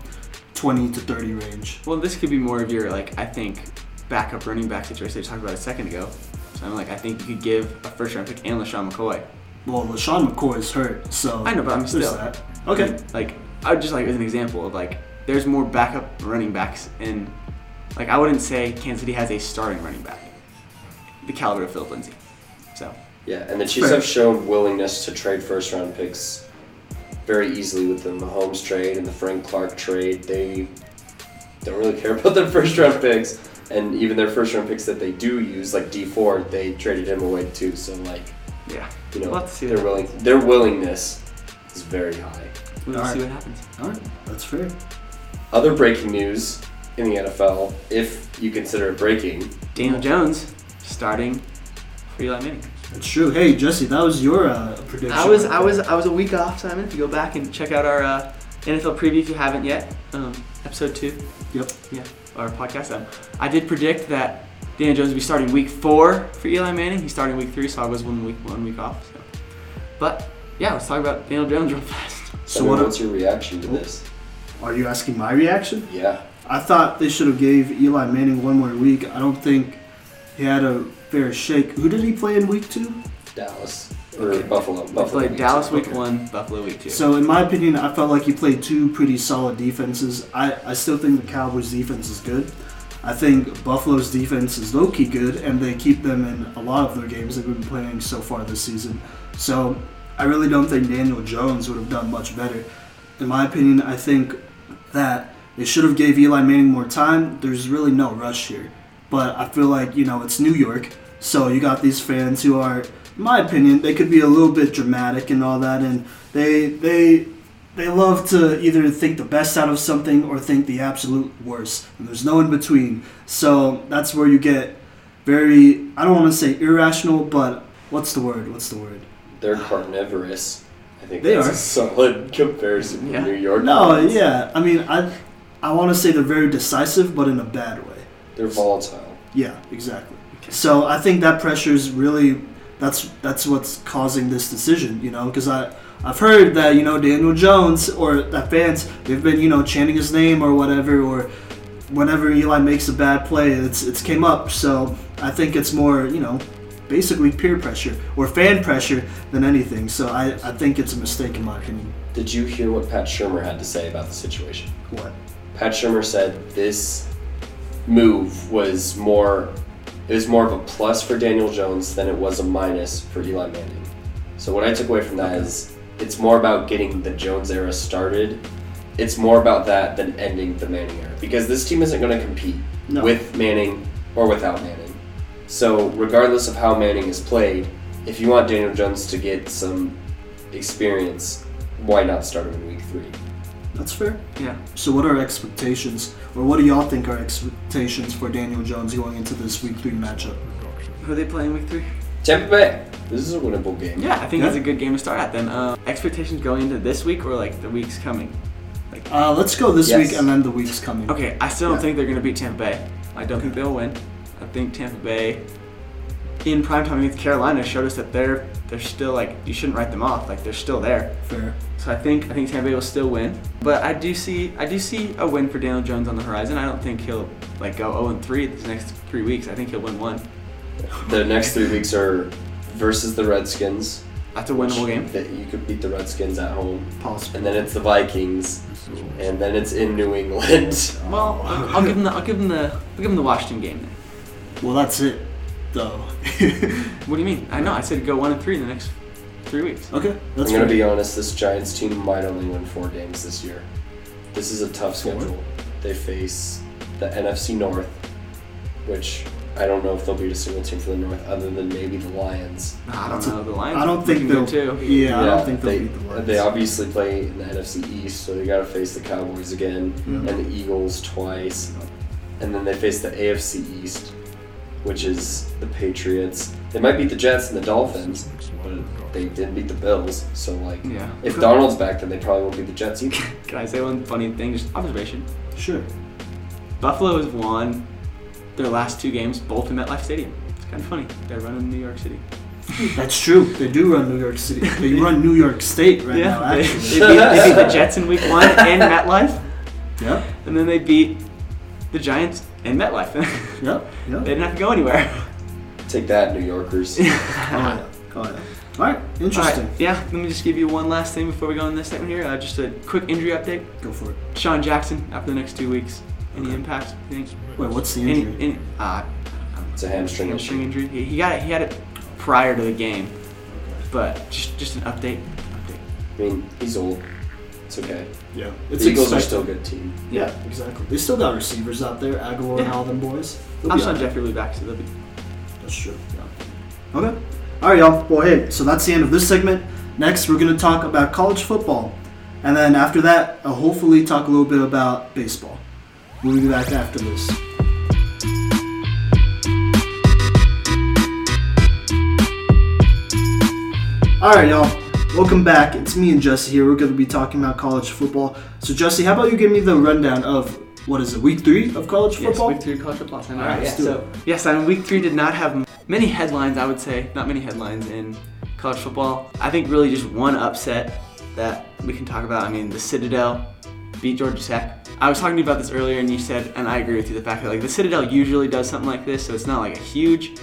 Speaker 1: twenty to thirty range.
Speaker 2: Well, this could be more of your like I think backup running back situation that you talked about a second ago. So I'm like I think you could give a first round pick and LaShawn McCoy.
Speaker 1: Well, LaShawn McCoy is hurt, so
Speaker 2: I know, but I'm
Speaker 1: there's
Speaker 2: still
Speaker 1: that. Okay,
Speaker 2: Like I would just like as an example of like there's more backup running backs in like I wouldn't say Kansas City has a starting running back the caliber of Philip Lindsay. So
Speaker 3: Yeah, and the Chiefs
Speaker 1: Fair.
Speaker 3: have shown willingness to trade first round picks very easily with the Mahomes trade and the Frank Clark trade. They don't really care about their first round picks. And even their first round picks that they do use, like D four, they traded him away too. So like,
Speaker 2: yeah,
Speaker 3: you know,
Speaker 2: we'll have to see.
Speaker 3: their
Speaker 2: What,
Speaker 3: willing their willingness is very high.
Speaker 2: we'll
Speaker 1: All
Speaker 2: see
Speaker 1: right.
Speaker 2: what happens.
Speaker 1: all right, that's fair.
Speaker 3: Other breaking news in the NFL, if you consider it breaking,
Speaker 2: Daniel Jones starting for Eli Manning.
Speaker 1: That's true. Hey, Jesse, that was your uh, prediction.
Speaker 2: I was I was I was a week off, Simon. If you go back and check out our uh, NFL preview if you haven't yet, um, episode two,
Speaker 1: Yep.
Speaker 2: yeah, our podcast. Um, I did predict that Daniel Jones would be starting week four for Eli Manning. He's starting week three, so I was one week one week off. So. But yeah, let's talk about Daniel Jones real fast.
Speaker 1: So
Speaker 3: so
Speaker 1: what-
Speaker 3: what's your reaction to this?
Speaker 1: Are you asking my reaction?
Speaker 3: Yeah,
Speaker 1: I thought they should have gave Eli Manning one more week. I don't think he had a fair shake. Who did he play in week two?
Speaker 3: Dallas or Buffalo.
Speaker 2: We
Speaker 3: Buffalo
Speaker 2: played
Speaker 3: week
Speaker 2: Dallas
Speaker 3: two.
Speaker 2: week one, Buffalo week two.
Speaker 1: So in my opinion, I felt like he played two pretty solid defenses. I, I still think the Cowboys defense is good. I think Buffalo's defense is low key good, and they keep them in a lot of their games they've been playing so far this season. So I really don't think Daniel Jones would have done much better. In my opinion, I think that They should have gave Eli Manning more time. There's really no rush here. But I feel like, you know, it's New York. So you got these fans who are, in my opinion, they could be a little bit dramatic and all that and they they they love to either think the best out of something or think the absolute worst. And there's no in between. So that's where you get very I don't want to say irrational, but what's the word? What's the word?
Speaker 3: They're carnivorous. I think
Speaker 1: They
Speaker 3: that's
Speaker 1: are.
Speaker 3: a solid comparison
Speaker 2: Yeah.
Speaker 3: to New York.
Speaker 1: No,
Speaker 3: Giants.
Speaker 1: yeah. I mean, I I want to say they're very decisive, but in a bad way.
Speaker 3: They're volatile.
Speaker 1: Yeah, exactly. So I think that pressure is really that's that's what's causing this decision, you know, because I I've heard that you know Daniel Jones or that fans they've been you know chanting his name or whatever or whenever Eli makes a bad play, it's it's came up. So I think it's more you know basically peer pressure or fan pressure than anything. So I I think it's a mistake in my opinion.
Speaker 3: Did you hear what Pat Shermer had to say about the situation?
Speaker 1: What?
Speaker 3: Pat Shermer said this move was more it was more of a plus for Daniel Jones than it was a minus for Eli Manning. So what I took away from that is it's more about getting the Jones era started. It's more about that than ending the Manning era because this team isn't going to compete
Speaker 1: No.
Speaker 3: with Manning or without Manning. So regardless of how Manning is played, if you want Daniel Jones to get some experience, why not start him in week 3?
Speaker 1: That's fair.
Speaker 2: Yeah.
Speaker 1: So, what are expectations, or what do y'all think are expectations for Daniel Jones going into this week three matchup?
Speaker 2: Who are they playing week three?
Speaker 3: Tampa Bay. This is a winnable game.
Speaker 2: Yeah, I think
Speaker 1: Yeah.
Speaker 2: that's a good game to start at then. Uh, expectations going into this week or like the weeks coming?
Speaker 1: Uh, let's go this
Speaker 3: Yes.
Speaker 1: week and then the weeks coming.
Speaker 2: Okay, I still don't
Speaker 1: Yeah.
Speaker 2: think they're going to beat Tampa Bay. I don't think they'll win. I think Tampa Bay, in prime time against Carolina, showed us that they're they're still like you shouldn't write them off. Like they're still there.
Speaker 1: Fair.
Speaker 2: So I think I think Tampa Bay will still win. But I do see I do see a win for Daniel Jones on the horizon. I don't think he'll like go 0 and 3 these next three weeks. I think he'll win one.
Speaker 3: The next three weeks are versus the Redskins.
Speaker 2: That's a winnable game.
Speaker 3: That you could beat the Redskins at home,
Speaker 1: Possible.
Speaker 3: and then it's the Vikings, and then it's in New England.
Speaker 2: Well, I'll I'll give him the I'll give him the I'll give him the Washington game. Then.
Speaker 1: Well, that's it, though.
Speaker 2: What do you mean? I know. I said go one and three in the next three weeks.
Speaker 1: okay, that's
Speaker 3: I'm gonna
Speaker 1: fair.
Speaker 3: be honest. This Giants team might only win four games this year. This is a tough schedule. They face the NFC North, which I don't know if they'll beat a single team from the North other than maybe the Lions.
Speaker 2: Nah, I
Speaker 1: That's
Speaker 2: don't
Speaker 1: a-
Speaker 2: know. The Lions.
Speaker 1: I don't think
Speaker 2: looking
Speaker 1: they'll.
Speaker 2: good, too.
Speaker 1: Yeah, I don't think they'll
Speaker 3: they,
Speaker 1: beat the Lions.
Speaker 3: They obviously play in the NFC East, so they gotta face the Cowboys again
Speaker 1: Yeah.
Speaker 3: and the Eagles twice. And then they face the AFC East, which is the Patriots. They might beat the Jets and the Dolphins, but they did beat the Bills, so like
Speaker 2: Yeah.
Speaker 3: if Donald's back then they probably won't beat the Jets either.
Speaker 2: Can I say one funny thing? Just observation.
Speaker 1: Sure.
Speaker 2: Buffalo has won their last two games both in MetLife Stadium. It's kind of funny. They're running New York City.
Speaker 1: That's true. They do run New York City. They run New York State right now,
Speaker 2: they, they,
Speaker 1: actually.
Speaker 2: beat, they beat the Jets in Week One and MetLife,
Speaker 1: Yep,
Speaker 2: and then they beat the Giants and MetLife.
Speaker 1: yep,
Speaker 2: they
Speaker 1: yep.
Speaker 2: didn't have to go anywhere.
Speaker 3: Take that, New Yorkers.
Speaker 1: Oh, yeah. Oh, yeah. All right, interesting.
Speaker 2: All right, yeah, let me just give you one last thing before we go on this segment here. Uh, just a quick injury update.
Speaker 1: Go for it.
Speaker 2: Sean Jackson out for the next two weeks. Any
Speaker 1: Okay.
Speaker 2: impact? Any,
Speaker 1: Wait, what's the
Speaker 2: any,
Speaker 1: injury?
Speaker 2: any, uh, I don't know.
Speaker 3: It's a hamstring
Speaker 2: hamstring
Speaker 3: issue.
Speaker 2: injury. He, he got it. He had it prior to the game, but just just an update. Update.
Speaker 3: I mean, he's old. It's okay.
Speaker 1: yeah,
Speaker 3: the Eagles are
Speaker 1: expected.
Speaker 3: still a good team.
Speaker 1: Yeah, exactly. They still got receivers out there, Aguilar and
Speaker 2: Yeah.
Speaker 1: all them boys. They'll
Speaker 2: I'm
Speaker 1: be
Speaker 2: Sean
Speaker 1: all right.
Speaker 2: Jeffrey will be back, so they'll be.
Speaker 1: That's true. Yeah. Okay. All right, y'all. Well, hey, so that's the end of this segment. Next, we're going to talk about college football. And then after that, I'll hopefully talk a little bit about baseball. We'll be back after this. All right, y'all. Welcome back. It's me and Jesse here. We're going to be talking about college football. So, Jesse, how about you give me the rundown of what is it, week three of college football?
Speaker 2: Yes, week three college football. All
Speaker 1: right,
Speaker 2: right, yeah,
Speaker 1: let's do
Speaker 2: so yes, I mean week three did not have m- many headlines. I would say not many headlines in college football. I think really just one upset that we can talk about. I mean the Citadel beat Georgia Tech. I was talking to you about this earlier, and you said, and I agree with you, the fact that like the Citadel usually does something like this, so it's not like a huge,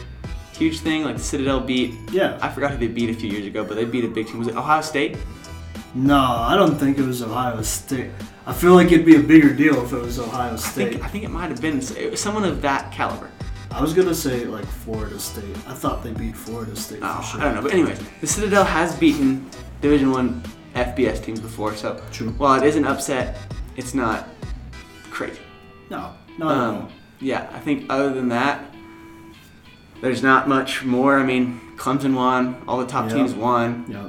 Speaker 2: huge thing. Like the Citadel beat.
Speaker 1: Yeah.
Speaker 2: I forgot who they beat a few years ago, but they beat a big team. Was it Ohio State?
Speaker 1: No, I don't think it was Ohio State. I feel like it'd be a bigger deal if it was Ohio
Speaker 2: I think,
Speaker 1: State.
Speaker 2: I think it might have been it was someone of that caliber.
Speaker 1: I was gonna say like Florida State. I thought they beat Florida State for
Speaker 2: Oh,
Speaker 1: sure.
Speaker 2: I don't know. But anyways, the Citadel has beaten Division One FBS teams before, so
Speaker 1: True.
Speaker 2: while it is an upset, it's not crazy.
Speaker 1: No, no,
Speaker 2: Um, yeah, I think other than that, there's not much more. I mean, Clemson won. All the top
Speaker 1: Yeah.
Speaker 2: teams won.
Speaker 1: no. Yeah.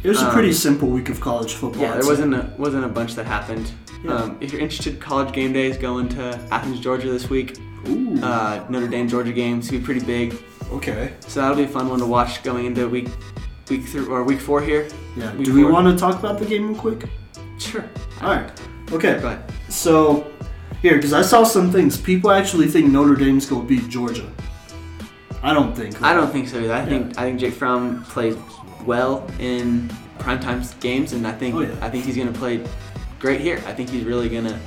Speaker 1: It was a pretty simple week of college football.
Speaker 2: um, Yeah,
Speaker 1: I'd
Speaker 2: there
Speaker 1: say.
Speaker 2: wasn't a, wasn't a bunch that happened.
Speaker 1: Yeah.
Speaker 2: Um, if you're interested, college game day is going to Athens, Georgia this week.
Speaker 1: Ooh.
Speaker 2: Uh, Notre Dame, Georgia game to be pretty big.
Speaker 1: okay.
Speaker 2: So that'll be a fun one to watch going into week week three or week four here.
Speaker 1: Yeah.
Speaker 2: Week
Speaker 1: Do we
Speaker 2: four.
Speaker 1: want to talk about the game real quick?
Speaker 2: Sure.
Speaker 1: All right. Okay.
Speaker 2: Go ahead.
Speaker 1: So here, because I saw some things. People actually think Notre Dame's gonna beat Georgia. I don't think.
Speaker 2: I don't think so. Either. I think I think Jake Fromm plays well in primetime games, and I think
Speaker 1: Oh, yeah.
Speaker 2: I think he's going to play great here. I think he's really going to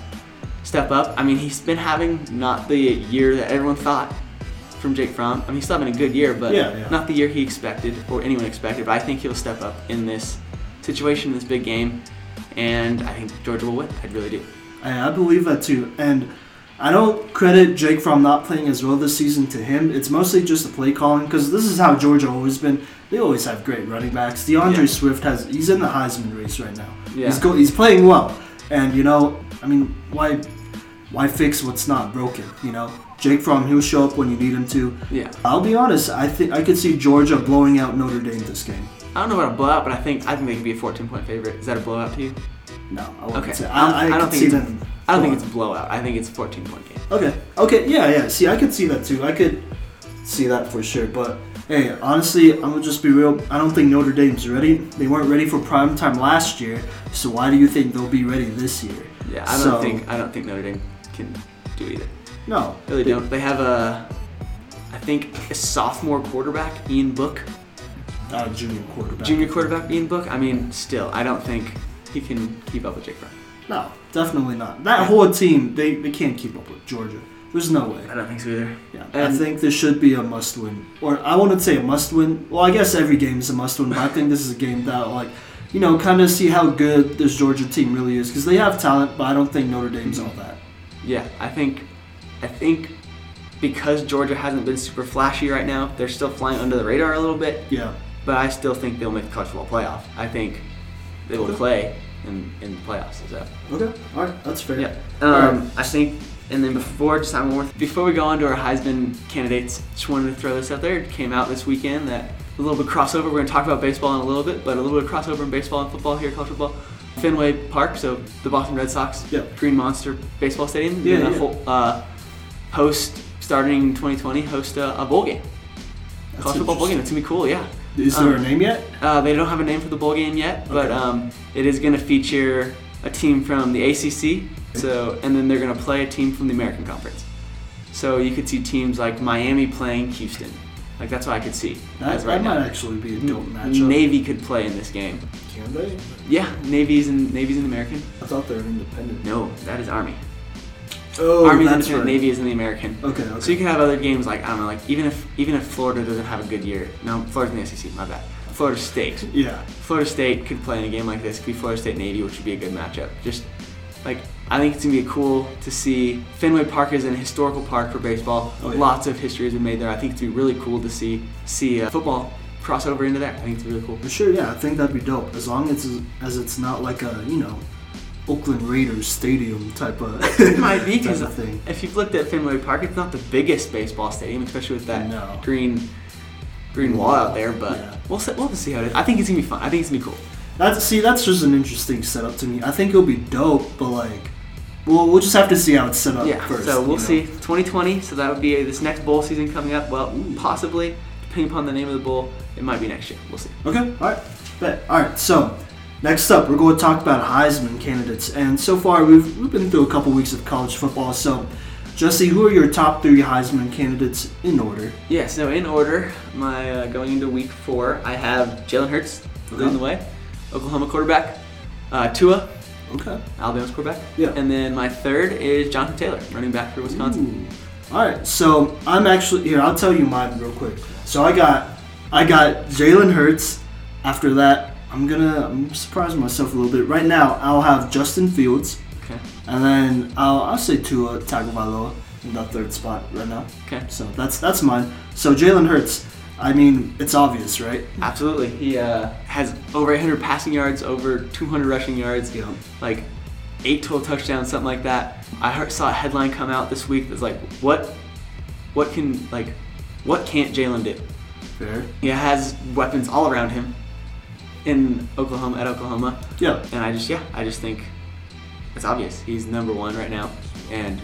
Speaker 2: step up. I mean, he's been having not the year that everyone thought from Jake Fromm. I mean, he's still having a good year, but
Speaker 1: Yeah, yeah.
Speaker 2: not the year he expected or anyone expected. But I think he'll step up in this situation, this big game, and I think Georgia will win. I really do.
Speaker 1: I, I believe that too. And I don't credit Jake from not playing as well this season to him. It's mostly just the play calling because this is how Georgia always been. They always have great running backs. DeAndre
Speaker 2: Yeah.
Speaker 1: Swift has he's in the Heisman race right now.
Speaker 2: Yeah.
Speaker 1: He's go, he's playing well. And you know, I mean, why why fix what's not broken, you know? Jake from he'll show up when you need him to.
Speaker 2: Yeah.
Speaker 1: I'll be honest, I think I could see Georgia blowing out Notre Dame this game.
Speaker 2: I don't know about a blowout, but I think I think they could be a 14 point favorite. Is that a blowout to you?
Speaker 1: No, I wouldn't
Speaker 2: Okay.
Speaker 1: say.
Speaker 2: I
Speaker 1: I,
Speaker 2: don't- I
Speaker 1: I,
Speaker 2: don't
Speaker 1: could
Speaker 2: think
Speaker 1: see
Speaker 2: it's-
Speaker 1: them.
Speaker 2: I don't think
Speaker 1: blowing.
Speaker 2: it's a blowout. I think it's a 14 point game.
Speaker 1: Okay. Okay. Yeah. Yeah. See, I could see that too. I could see that for sure. But hey, honestly, I'm gonna just be real. I don't think Notre Dame's ready. They weren't ready for prime time last year. So why do you think they'll be ready this year?
Speaker 2: Yeah, I don't
Speaker 1: So-
Speaker 2: think I don't think Notre Dame can do either.
Speaker 1: No.
Speaker 2: Really don't. They have a, I think a sophomore quarterback Ian Book,
Speaker 1: Uh, junior quarterback.
Speaker 2: junior quarterback Ian Book. I mean, still, I don't think he can keep up with Jake Brown.
Speaker 1: No, definitely not. That whole team, they they can't keep up with Georgia. There's no way.
Speaker 2: I don't think so either.
Speaker 1: Yeah, I
Speaker 2: And-
Speaker 1: think this should be a must win. Or I wouldn't say a must win. Well, I guess every game is a must win, but I think this is a game that, like, you know, kind of see how good this Georgia team really is. Because they have talent, but I don't think Notre Dame's all that.
Speaker 2: Yeah, I think, I think, because Georgia hasn't been super flashy right now, they're still flying under the radar a little bit.
Speaker 1: Yeah.
Speaker 2: But I still think they'll make the college football playoff. I think they will play in in the playoffs. So.
Speaker 1: Okay. All right. That's fair.
Speaker 2: Yeah.
Speaker 1: All
Speaker 2: Um,
Speaker 1: right.
Speaker 2: I think, and then before, just one more. Before we go on to our Heisman candidates, just wanted to throw this out there. It came out this weekend that a little bit of crossover. We're going to talk about baseball in a little bit, but a little bit of crossover in baseball and football here, college football. Fenway Park, so the Boston Red Sox,
Speaker 1: Yeah.
Speaker 2: Green Monster Baseball Stadium.
Speaker 1: Yeah,
Speaker 2: they're gonna
Speaker 1: yeah.
Speaker 2: hol- uh, host starting in 2020. Host a, a bowl game,
Speaker 1: That's
Speaker 2: college football bowl game. It's gonna be cool. Yeah.
Speaker 1: Is
Speaker 2: Um,
Speaker 1: there a name yet?
Speaker 2: uh, they don't have a name for the bowl game yet, but
Speaker 1: Okay.
Speaker 2: um, it is going to feature a team from the ACC. So, and then they're going to play a team from the American Conference. So you could see teams like Miami playing Houston. Like that's what I could see.
Speaker 1: That,
Speaker 2: as right
Speaker 1: that might
Speaker 2: now.
Speaker 1: actually be a dope matchup.
Speaker 2: Navy could play in this game.
Speaker 1: Can they?
Speaker 2: Yeah, Navy's in Navy's an American.
Speaker 1: I thought they were independent.
Speaker 2: No, that is Army.
Speaker 1: Oh,
Speaker 2: Army's
Speaker 1: that's
Speaker 2: independent.
Speaker 1: right.
Speaker 2: Navy is in the American.
Speaker 1: Okay. Okay.
Speaker 2: So you can have other games like I don't know, like even if even if Florida doesn't have a good year. No, Florida's in the SEC. My bad. Florida State.
Speaker 1: yeah.
Speaker 2: Florida State could play in a game like this. Could be Florida State Navy, which would be a good matchup. Just like I think it's gonna be cool to see. Fenway Park is an historical park for baseball.
Speaker 1: Oh, yeah.
Speaker 2: Lots of history has been made there. I think it's gonna be really cool to see see uh, football cross over into there. I think it's really cool.
Speaker 1: For sure, yeah, I think that'd be dope. As long as as it's not like a you know, Oakland Raiders stadium type of
Speaker 2: It might be because
Speaker 1: type of thing.
Speaker 2: if you've looked at Fenway Park, it's not the biggest baseball stadium, especially with that
Speaker 1: No.
Speaker 2: green green wall out there. But
Speaker 1: Yeah.
Speaker 2: we'll see, we'll have to see how it is. I think it's gonna be fun. I think it's gonna be cool.
Speaker 1: That's see, that's just an interesting setup to me. I think it'll be dope, but like, we'll we'll just have to see how it's set up
Speaker 2: Yeah,
Speaker 1: first. you
Speaker 2: so we'll
Speaker 1: know?
Speaker 2: see. 2020, so that would be this next bowl season coming up. Well, possibly, depending upon the name of the bowl, it might be next year. We'll see.
Speaker 1: Okay, all right, bet. All right, so next up, we're going to talk about Heisman candidates, and so far we've we've been through a couple weeks of college football. So, Jesse, who are your top three Heisman candidates in order?
Speaker 2: Yeah, so in order, my uh, going into week four, I have Jalen Hurts leading the way, Oklahoma quarterback, uh, Tua,
Speaker 1: Okay.
Speaker 2: Alabama's quarterback,
Speaker 1: Yeah.
Speaker 2: and then my third is Jonathan Taylor, running back for Wisconsin.
Speaker 1: All right, so I'm actually here. I'll tell you mine real quick. So I got, I got Jalen Hurts. After that, I'm gonna I'm surprising myself a little bit. Right now, I'll have Justin Fields,
Speaker 2: Okay,
Speaker 1: and then I'll I'll say Tua Tagovailoa in that third spot right now.
Speaker 2: okay,
Speaker 1: So that's that's mine. So Jalen Hurts. I mean, it's obvious, right?
Speaker 2: absolutely. He uh, has over 800 passing yards, over 200 rushing yards.
Speaker 1: Yeah.
Speaker 2: Like, eight total touchdowns, something like that. I heard, saw a headline come out this week that's like, what, what can like, what can't Jalen do?
Speaker 1: Fair.
Speaker 2: He has weapons all around him in Oklahoma at Oklahoma,
Speaker 1: Yeah.
Speaker 2: and I just yeah, I just think it's obvious he's number one right now, and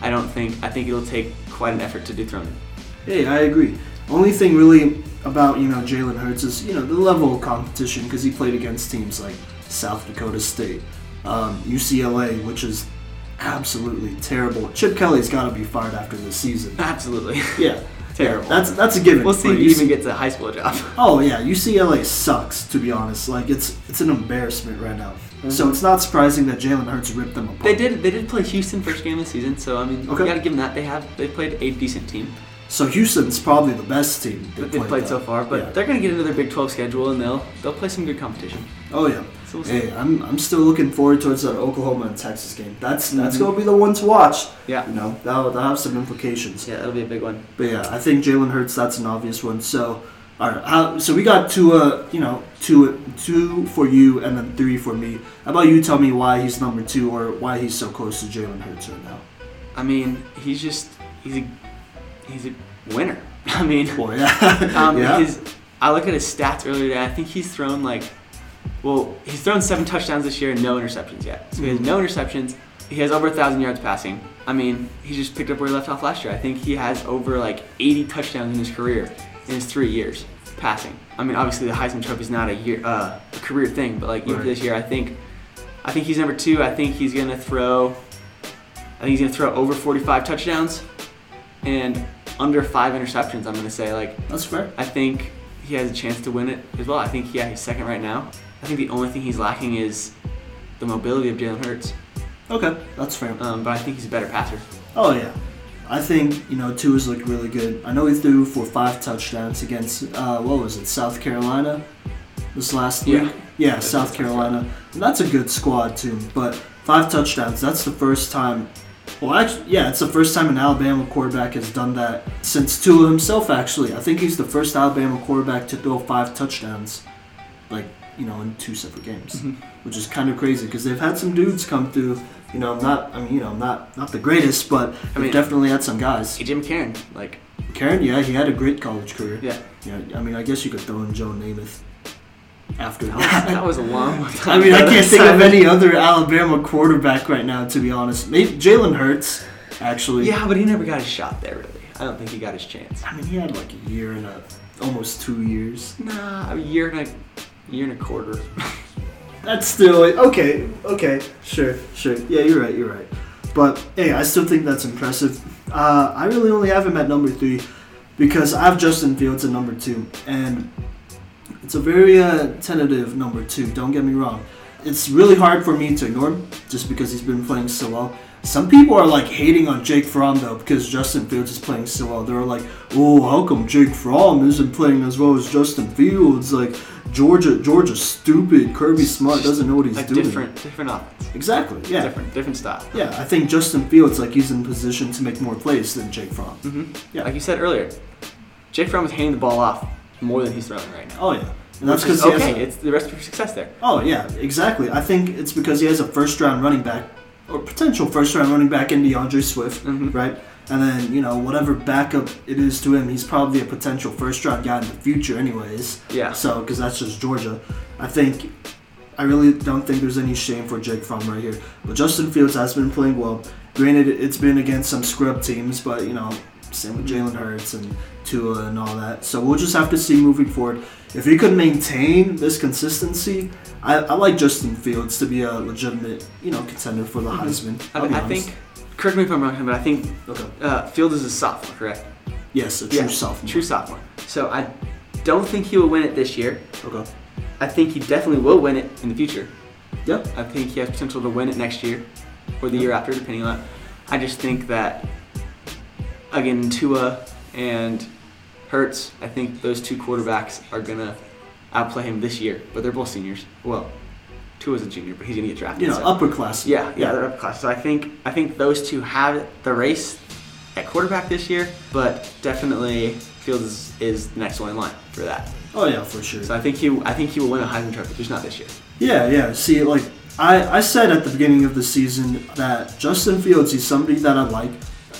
Speaker 2: I don't think I think it'll take quite an effort to dethrone him.
Speaker 1: Hey, I agree. Only thing really about you know Jalen Hurts is you know the level of competition because he played against teams like South Dakota State, um, UCLA, which is absolutely terrible. Chip Kelly's got to be fired after this season.
Speaker 2: Absolutely.
Speaker 1: Yeah,
Speaker 2: Terrible.
Speaker 1: That's that's a given.
Speaker 2: We'll see
Speaker 1: But
Speaker 2: if he
Speaker 1: UC
Speaker 2: even gets a high school job.
Speaker 1: Oh yeah, UCLA sucks to be honest. Like it's it's an embarrassment right now. So it's not surprising that Jalen Hurts ripped them apart.
Speaker 2: Mm-hmm. They did. They did play Houston first game of the season, so I mean,
Speaker 1: Okay.
Speaker 2: you gotta give them that. They have. They played a decent team
Speaker 1: So Houston's probably the best team
Speaker 2: that they've played so
Speaker 1: though.
Speaker 2: far, but
Speaker 1: Yeah.
Speaker 2: they're gonna get into their Big 12 schedule and they'll they'll play some good competition.
Speaker 1: Oh yeah.
Speaker 2: So we'll see.
Speaker 1: hey, I'm, I'm still looking forward towards that Oklahoma and Texas game. That's that's
Speaker 2: Mhm.
Speaker 1: gonna be the one to watch.
Speaker 2: Yeah.
Speaker 1: You know that'll, that'll have some implications.
Speaker 2: Yeah, that'll be a big one.
Speaker 1: But yeah, I think Jalen Hurts that's an obvious one. So all right, how, so we got two uh you know two two for you and then three for me. How about you tell me why he's number two or why he's so close to Jalen Hurts right now?
Speaker 2: I mean, he's just he's a he's a winner. I mean,
Speaker 1: Boy, yeah.
Speaker 2: um,
Speaker 1: yeah.
Speaker 2: his, I look at his stats earlier today. I think he's thrown like, well, he's thrown seven touchdowns this year and no interceptions yet. So he has
Speaker 1: Mm-hmm.
Speaker 2: no interceptions. He has over a thousand yards passing. I mean, he just picked up where he left off last year. I think he has over like 80 touchdowns in his career in his three years passing. I mean, obviously the Heisman Trophy is not a year uh, a career thing, but like even
Speaker 1: Right.
Speaker 2: this year, I think, I think he's number two. I think he's gonna throw. I think he's gonna throw over 45 touchdowns and under five interceptions. I'm gonna say like
Speaker 1: That's fair.
Speaker 2: I think he has a chance to win it as well. I think yeah, he's second right now. I think the only thing he's lacking is the mobility of Jalen Hurts,
Speaker 1: Okay, that's fair.
Speaker 2: um, but I think he's a better passer.
Speaker 1: Oh yeah, I think you know Tua's looked really good. I know he threw for five touchdowns against uh, what was it, South Carolina, this last
Speaker 2: Yeah.
Speaker 1: week. Yeah,
Speaker 2: That's
Speaker 1: South
Speaker 2: South
Speaker 1: Carolina. And that's a good squad too. But five touchdowns. That's the first time. Well, actually, yeah, it's the first time an Alabama quarterback has done that since Tua himself. Actually, I think he's the first Alabama quarterback to throw five touchdowns, like you know, in two separate games,
Speaker 2: Mm-hmm.
Speaker 1: which is kind of crazy because they've had some dudes come through. You know, not I mean, you know, not not the greatest, but I
Speaker 2: mean-
Speaker 1: definitely had some guys.
Speaker 2: AJ McCarron, like
Speaker 1: Karen, yeah, he had a great college career.
Speaker 2: yeah,
Speaker 1: yeah. I mean, I guess you could throw in Joe Namath after
Speaker 2: that
Speaker 1: that.
Speaker 2: was, that was a long one.
Speaker 1: I mean, I can't think of any other Alabama quarterback right now, to be honest. Maybe Jalen Hurts, actually.
Speaker 2: Yeah, but he never got his shot there really. I don't think he got his chance.
Speaker 1: I mean, he had like a year and a, almost two years.
Speaker 2: Nah, a year and a year and a quarter.
Speaker 1: That's still okay. Okay, sure, sure. Yeah, you're right. You're right. But hey, I still think that's impressive. Uh, I really only have him at number three because I have Justin Fields at number two, and it's a very uh, tentative number two. Don't get me wrong. It's really hard for me to ignore him just because he's been playing so well. Some people are like hating on Jake Fromm though because Justin Fields is playing so well. They're like, "Oh, how come Jake Fromm isn't playing as well as Justin Fields?" Like Georgia, Georgia's stupid. Kirby Smart doesn't know what he's
Speaker 2: Like
Speaker 1: doing.
Speaker 2: different, different offense,
Speaker 1: Exactly. Yeah.
Speaker 2: different, different style.
Speaker 1: Yeah, I think Justin Fields like he's in position to make more plays than Jake Fromm.
Speaker 2: hmm
Speaker 1: Yeah.
Speaker 2: Like you said earlier, Jake Fromm is handing the ball off more than he's throwing right now.
Speaker 1: Oh yeah, and that's
Speaker 2: Which is
Speaker 1: because he has
Speaker 2: okay.
Speaker 1: a-
Speaker 2: It's the recipe for success there.
Speaker 1: Oh yeah, exactly. I think it's because he has a first round running back or potential first round running back in DeAndre Swift,
Speaker 2: Mhm.
Speaker 1: right? And then, you know, whatever backup it is to him, he's probably a potential first round guy in the future anyways.
Speaker 2: Yeah.
Speaker 1: So, because that's just Georgia. I think I really don't think there's any shame for Jake Fromm right here. But Justin Fields has been playing well. Granted, it's been against some scrub teams, but you know, same with Jalen Hurts and Tua and all that. So we'll just have to see moving forward. If he could maintain this consistency, I, I like Justin Fields to be a legitimate, you know, contender for the Heisman.
Speaker 2: Mm-hmm. I,
Speaker 1: I'll be
Speaker 2: I
Speaker 1: honest.
Speaker 2: think. Correct me if I'm wrong, but I think
Speaker 1: Okay.
Speaker 2: uh, Field is a sophomore, correct?
Speaker 1: Yes, a true
Speaker 2: Yeah,
Speaker 1: sophomore.
Speaker 2: True sophomore. So I don't think he will win it this year.
Speaker 1: Okay.
Speaker 2: I think he definitely will win it in the future.
Speaker 1: Yep.
Speaker 2: I think he has potential to win it next year or the year after, depending on. I just think that again, Tua and Hertz. I think those two quarterbacks are gonna outplay him this year, but they're both seniors. Well, Tua's a junior, but he's gonna get drafted.
Speaker 1: You know,
Speaker 2: so-
Speaker 1: upper class.
Speaker 2: Yeah, yeah, they're up class. So I think I think those two have the race at quarterback this year, but definitely Fields is, is the next one in line for that.
Speaker 1: Oh yeah, for sure.
Speaker 2: So I think he I think he will win a Heisman Trophy, just not this year.
Speaker 1: Yeah, yeah. See, like I, I said at the beginning of the season that Justin Fields is somebody that I like.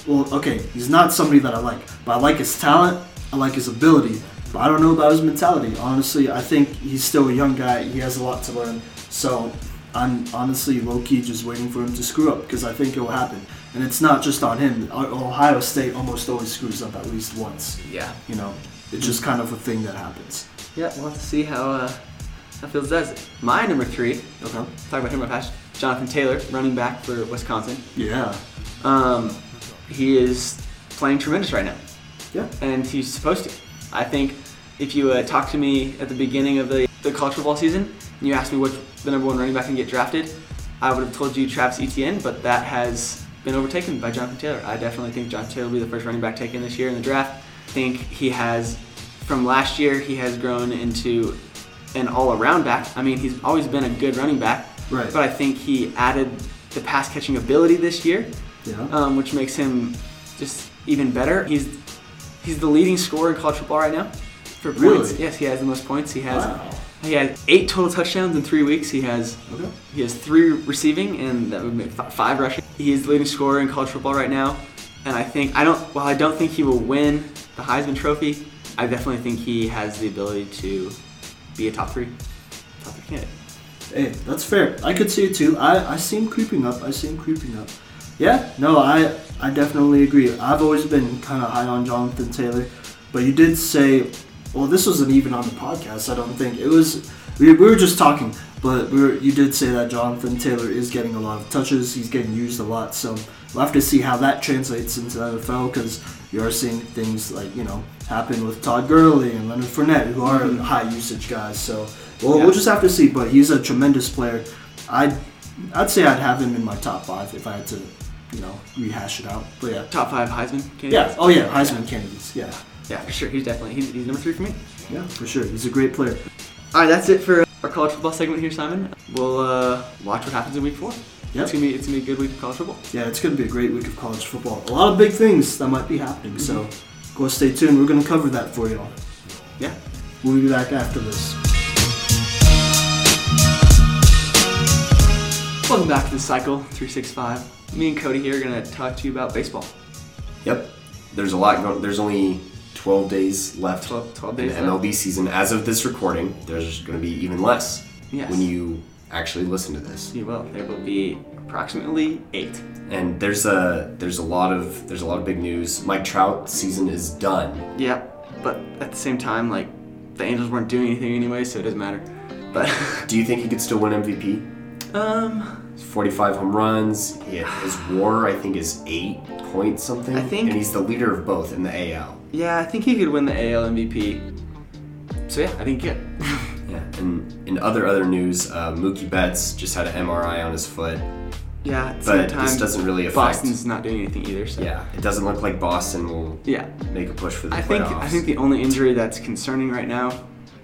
Speaker 1: Well, okay, he's not somebody that I like, but I like his talent. I like his ability, but I don't know about his mentality. Honestly, I think he's still a young guy. He has a lot to learn. So I'm honestly low key just waiting for him to screw up because I think it will happen. And it's not just on him. O- Ohio State almost always screws up at least once.
Speaker 2: Yeah.
Speaker 1: You know, it's just kind of a thing that happens.
Speaker 2: Yeah, we'll have to see how uh, how Fields does it. My number three,
Speaker 1: Okay.
Speaker 2: talk about him real fast. Jonathan Taylor, running back for Wisconsin.
Speaker 1: Yeah.
Speaker 2: Um, he is playing tremendous right now,
Speaker 1: Yeah.
Speaker 2: and he's supposed to. I think if you uh, talk to me at the beginning of the, the college football season and you asked me which the number one running back can get drafted, I would have told you Travis Etienne, but that has been overtaken by Jonathan Taylor. I definitely think Jonathan Taylor will be the first running back taken this year in the draft. I think he has, from last year, he has grown into an all-around back. I mean, he's always been a good running back,
Speaker 1: Right.
Speaker 2: but I think he added the pass-catching ability this year
Speaker 1: Yeah.
Speaker 2: um, which makes him just even better. He's he's the leading scorer in college football right now for points.
Speaker 1: Really?
Speaker 2: Yes, he has the most points. He has
Speaker 1: Wow.
Speaker 2: he has eight total touchdowns in three weeks. He has
Speaker 1: Okay.
Speaker 2: he has three receiving and that would make fi- five rushing. He is the leading scorer in college football right now, and I think I don't. While I don't think he will win the Heisman Trophy, I definitely think he has the ability to be a top three, top three candidate.
Speaker 1: Hey, that's fair. I could see it too. I, I see him creeping up. I see him creeping up. Yeah, no, I I definitely agree. I've always been kind of high on Jonathan Taylor, but you did say, well, this wasn't even on the podcast. I don't think it was. We, we were just talking, but we were, you did say that Jonathan Taylor is getting a lot of touches. He's getting used a lot, so we'll have to see how that translates into the NFL because you are seeing things like you know happen with Todd Gurley and Leonard Fournette, who are high usage guys. So well,
Speaker 2: Yeah.
Speaker 1: we'll just have to see. But he's a tremendous player. I'd I'd say I'd have him in my top five if I had to, you know, rehash it out. But yeah,
Speaker 2: Top five Heisman candidates.
Speaker 1: yeah. Oh yeah, Heisman candidates. Yeah,
Speaker 2: yeah, for sure. He's definitely he's, he's number three for me.
Speaker 1: yeah, for sure. He's a great player.
Speaker 2: All right, that's it for our college football segment here, Simon. We'll uh, watch what happens in week four.
Speaker 1: Yep.
Speaker 2: It's gonna be it's gonna be a good week of college football.
Speaker 1: Yeah, it's going to be a great week of college football. A lot of big things that might be happening. So go stay tuned. We're going to cover that for y'all.
Speaker 2: Yeah.
Speaker 1: We'll be back after this.
Speaker 2: Welcome back to the cycle 365. Me and Cody here are gonna talk to you about baseball.
Speaker 3: Yep. There's a lot going. There's only 12 days left.
Speaker 2: 12 12
Speaker 3: in
Speaker 2: days
Speaker 3: the MLB season. As of this recording, there's going to be even less
Speaker 2: Yes.
Speaker 3: when you actually listen to this.
Speaker 2: You will. There will be approximately eight.
Speaker 3: And there's a there's a lot of there's a lot of big news. Mike Trout season is done.
Speaker 2: Yeah. But at the same time, like the Angels weren't doing anything anyway, so it doesn't matter. But
Speaker 3: Do you think he could still win MVP?
Speaker 2: um,
Speaker 3: He's 45 home runs. He his WAR I think is eight point something.
Speaker 2: I think-
Speaker 3: And he's the leader of both in the AL.
Speaker 2: yeah, I think he could win the AL MVP. So yeah, I think he could.
Speaker 3: Yeah. And in other other news, uh, Mookie Betts just had an MRI on his foot.
Speaker 2: yeah. At the
Speaker 3: But
Speaker 2: same
Speaker 3: this
Speaker 2: time,
Speaker 3: doesn't really affect-
Speaker 2: Boston's not doing anything either. So
Speaker 3: Yeah. It doesn't look like Boston will
Speaker 2: Yeah.
Speaker 3: make a push for the
Speaker 2: I
Speaker 3: playoffs.
Speaker 2: think I think the only injury that's concerning right now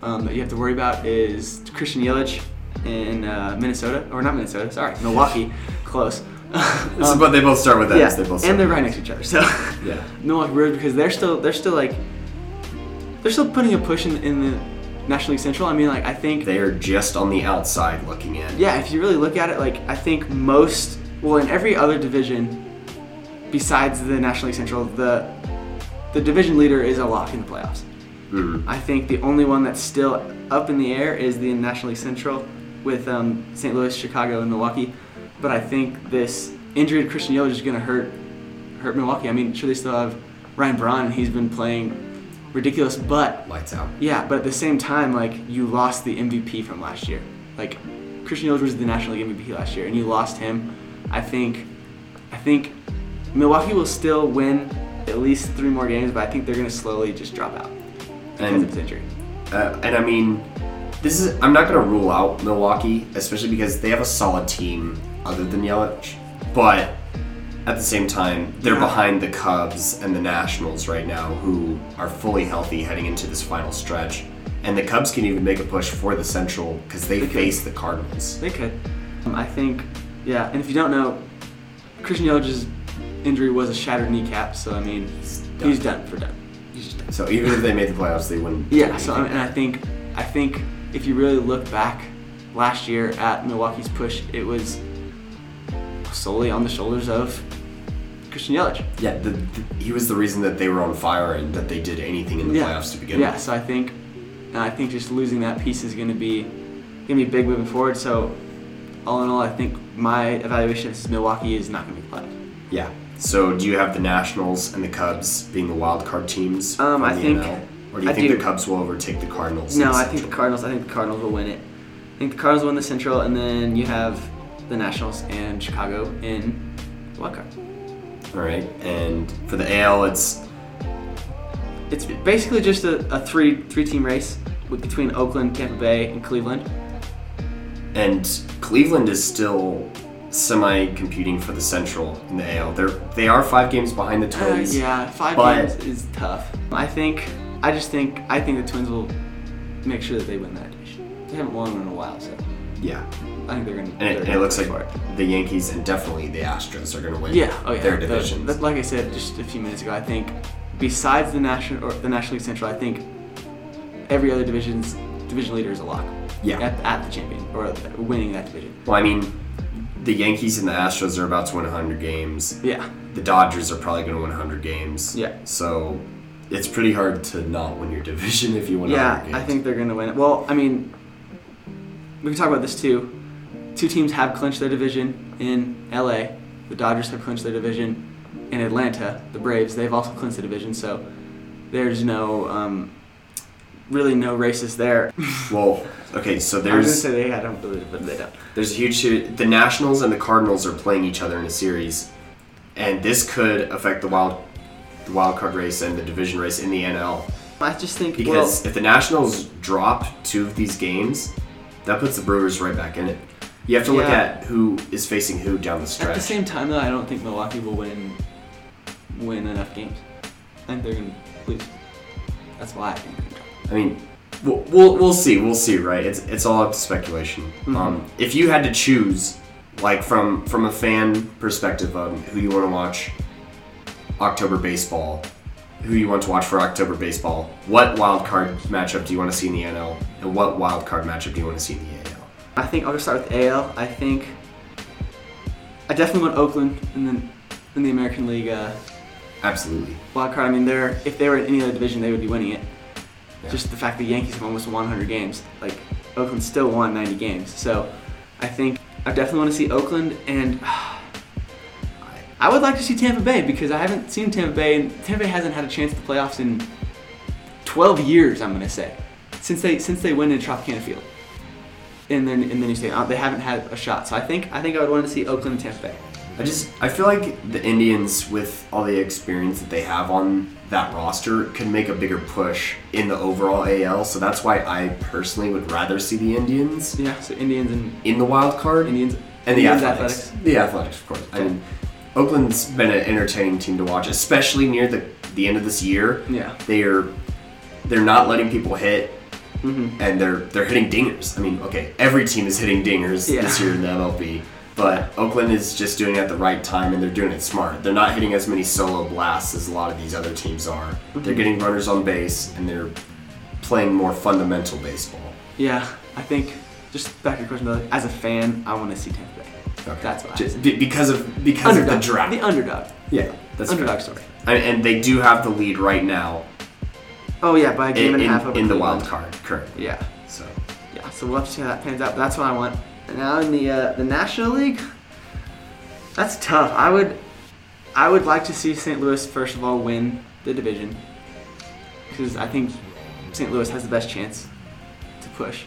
Speaker 2: um, that you have to worry about is Christian Yelich in uh, Minnesota or not Minnesota, sorry, Milwaukee, close.
Speaker 3: This is-
Speaker 2: Um,
Speaker 3: but they both start with that.
Speaker 2: yeah,
Speaker 3: They both start
Speaker 2: and they're
Speaker 3: with
Speaker 2: right next
Speaker 3: that.
Speaker 2: to each other, so
Speaker 3: Yeah.
Speaker 2: Milwaukee Brewers because they're still they're still like they're still putting a push in, in the National League Central. I mean, like I think
Speaker 3: They are just on the outside looking in.
Speaker 2: yeah, if you really look at it, like I think most, well, in every other division besides the National League Central, the the division leader is a lock in the playoffs. I think the only one that's still up in the air is the National League Central with um, St. Louis, Chicago, and Milwaukee. But I think this injury to Christian Yelich is going to hurt hurt Milwaukee. I mean, sure they still have Ryan Braun, and he's been playing ridiculous, but
Speaker 3: Lights out.
Speaker 2: yeah, but at the same time, like you lost the MVP from last year. Like Christian Yelich was the National League MVP last year, and you lost him. I think, I think Milwaukee will still win at least three more games, but I think they're gonna slowly just drop out because
Speaker 3: And-
Speaker 2: of this injury.
Speaker 3: Uh, and I mean, this is I'm not gonna rule out Milwaukee, especially because they have a solid team other than Yelich. But at the same time, they're
Speaker 2: Yeah.
Speaker 3: behind the Cubs and the Nationals right now, who are fully healthy heading into this final stretch. And the Cubs can even make a push for the Central because they
Speaker 2: could.
Speaker 3: face the Cardinals.
Speaker 2: They could. Um, I think, yeah. And if you don't know, Christian Yelich's injury was a shattered kneecap, so I mean, he's
Speaker 3: done.
Speaker 2: done, for done. He's just done.
Speaker 3: So even if they made the playoffs, they wouldn't.
Speaker 2: Yeah. So I mean, and I think I think if you really look back last year at Milwaukee's push, it was solely on the shoulders of Christian Yelich.
Speaker 3: Yeah, the, the, he was the reason that they were on fire and that they did anything in the playoffs to begin
Speaker 2: yeah,
Speaker 3: with.
Speaker 2: so I think, and I think just losing that piece is going to be going to be big moving forward. So all in all, I think my evaluation of Milwaukee is not going to be playoffs.
Speaker 3: Yeah. So do you have the Nationals and the Cubs being the wild card teams?
Speaker 2: Um,
Speaker 3: from
Speaker 2: I
Speaker 3: the
Speaker 2: think-
Speaker 3: NL? Or do you
Speaker 2: I
Speaker 3: think
Speaker 2: do.
Speaker 3: the Cubs will overtake the Cardinals? in
Speaker 2: No,
Speaker 3: the
Speaker 2: I think the
Speaker 3: Central?
Speaker 2: Cardinals. I think the Cardinals will win it. I think the Cardinals win the Central, and then you have the Nationals and Chicago in the wild card.
Speaker 3: All right. And for the AL, it's
Speaker 2: It's basically just a, a three three team race with, between Oakland, Tampa Bay, and Cleveland.
Speaker 3: and Cleveland is still semi-competing for the Central in the AL. They're they are five games behind the
Speaker 2: Uh,
Speaker 3: Twins.
Speaker 2: yeah, five
Speaker 3: but-
Speaker 2: games is tough. I think, I just think, I think the Twins will make sure that they win that division. They haven't won in a while, so
Speaker 3: Yeah.
Speaker 2: I think they're gonna.
Speaker 3: And it, and it looks like the Yankees and definitely the Astros are going to win
Speaker 2: yeah, oh yeah,
Speaker 3: their
Speaker 2: the-
Speaker 3: divisions.
Speaker 2: the- like I said just a few minutes ago, I think besides the national or the National League Central, I think every other division's division leader is a lock.
Speaker 3: Yeah.
Speaker 2: At, at the champion or winning that division.
Speaker 3: Well, I mean, the Yankees and the Astros are about to win 100 games.
Speaker 2: Yeah.
Speaker 3: The Dodgers are probably going to win 100 games.
Speaker 2: Yeah.
Speaker 3: So it's pretty hard to not win your division if you win
Speaker 2: Yeah,
Speaker 3: 100 games.
Speaker 2: I think they're going to win it. Well, I mean, we can talk about this too. Two teams have clinched their division in LA. The Dodgers have clinched their division in Atlanta. The Braves, they've also clinched the division, so there's no, um, really no races there.
Speaker 3: Well, okay, so
Speaker 2: I was going to
Speaker 3: there's
Speaker 2: say they had, I don't believe it, but they don't.
Speaker 3: there's a huge the Nationals and the Cardinals are playing each other in a series, and this could affect the wild the wild card race and the division race in the NL.
Speaker 2: I just think,
Speaker 3: Because if the Nationals drop two of these games, that puts the Brewers right back in it. You have to look
Speaker 2: Yeah.
Speaker 3: at who is facing who down the stretch.
Speaker 2: well, at the same time, though, I don't think Milwaukee will win win enough games. I think they're going to lose. That's why I think they're going to drop.
Speaker 3: I mean, we'll, we'll we'll see, we'll see, right? It's it's all up to speculation. Um, if you had to choose, like from from a fan perspective, um, who you want to watch October baseball, who you want to watch for October baseball, what wild card matchup do you want to see in the NL, and what wild card matchup do you want to see in the AL?
Speaker 2: I think I'll just start with AL. I think I definitely want Oakland in the in the American League uh,
Speaker 3: Absolutely.
Speaker 2: wild card. I mean, they're if they were in any other division, they would be winning it. Just the fact that Yankees have almost won 100 games, like Oakland still won 90 games. So I think I definitely want to see Oakland, and I would like to see Tampa Bay because I haven't seen Tampa Bay, and Tampa Bay hasn't had a chance at the playoffs in 12 years. I'm gonna say since they since they went in Tropicana Field in the in the new state. Uh, They haven't had a shot, so I think I think I would want to see Oakland and Tampa Bay.
Speaker 3: I just I feel like the Indians with all the experience that they have on that roster could make a bigger push in the overall AL, so that's why I personally would rather see the Indians
Speaker 2: Yeah, so Indians and
Speaker 3: in the wild card
Speaker 2: Indians
Speaker 3: and the
Speaker 2: Indians
Speaker 3: Athletics. The Athletics, of course. I mean, Oakland's been an entertaining team to watch, especially near the the end of this year.
Speaker 2: Yeah.
Speaker 3: They're they're not letting people hit
Speaker 2: Mm-hmm.
Speaker 3: and they're they're hitting dingers. I mean, okay, every team is hitting dingers
Speaker 2: Yeah.
Speaker 3: this year in the MLB, but Oakland is just doing it at the right time and they're doing it smart. They're not hitting as many solo blasts as a lot of these other teams are.
Speaker 2: Mm-hmm.
Speaker 3: They're getting runners on base and they're playing more fundamental baseball.
Speaker 2: Yeah, I think just back to your question though, as a fan, I want to see Tampa Bay. That's what I
Speaker 3: Just be- because of because
Speaker 2: underdog,
Speaker 3: of the draft.
Speaker 2: The underdog,
Speaker 3: yeah, that's fair.
Speaker 2: underdog story.
Speaker 3: I mean, and they do have the lead right now
Speaker 2: Oh yeah, by a game
Speaker 3: in,
Speaker 2: and a
Speaker 3: in-
Speaker 2: half over
Speaker 3: in the
Speaker 2: Cleveland.
Speaker 3: wild card currently.
Speaker 2: Yeah,
Speaker 3: So
Speaker 2: yeah. So we'll have to see how that pans out. But that's what I want. And now in the uh, the National League, that's tough. I would, I would like to see St. Louis first of all win the division because I think St. Louis has the best chance to push.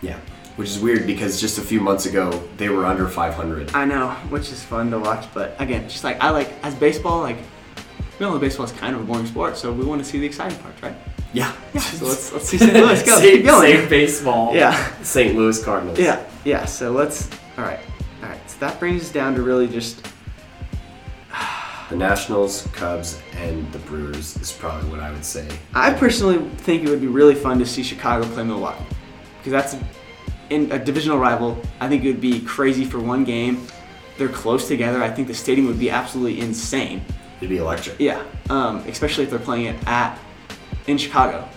Speaker 3: yeah, which is weird because just a few months ago they were under 500.
Speaker 2: I know, which is fun to watch, but again, just like I like as baseball, like we all know baseball is kind of a boring sport, so we want to see the exciting parts, right?
Speaker 3: yeah.
Speaker 2: So let's let's see St. Louis go.
Speaker 3: save,
Speaker 2: Keep going.
Speaker 3: save baseball.
Speaker 2: Yeah.
Speaker 3: St. Louis Cardinals.
Speaker 2: Yeah, yeah. So let's. All right, all right. So that brings us down to really just
Speaker 3: The Nationals, Cubs, and the Brewers is probably what I would say.
Speaker 2: I personally think it would be really fun to see Chicago play Milwaukee because that's in a divisional rival. I think it would be crazy for one game. They're close together. I think the stadium would be absolutely insane.
Speaker 3: It'd be electric.
Speaker 2: Yeah, um, especially if they're playing it at in Chicago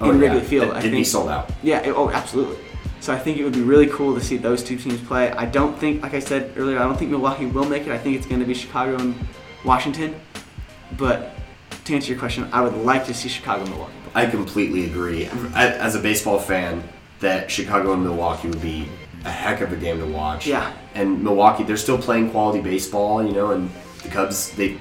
Speaker 3: Oh,
Speaker 2: in
Speaker 3: yeah.
Speaker 2: Wrigley Field.
Speaker 3: Oh, It-
Speaker 2: I
Speaker 3: It'd
Speaker 2: think
Speaker 3: be sold out.
Speaker 2: Yeah. It, oh, absolutely. So I think it would be really cool to see those two teams play. I don't think, like I said earlier, I don't think Milwaukee will make it. I think it's going to be Chicago and Washington. But to answer your question, I would like to see Chicago and Milwaukee. play.
Speaker 3: I completely agree. I, as a baseball fan, that Chicago and Milwaukee would be a heck of a game to watch.
Speaker 2: Yeah.
Speaker 3: And Milwaukee, they're still playing quality baseball, you know, and the Cubs, they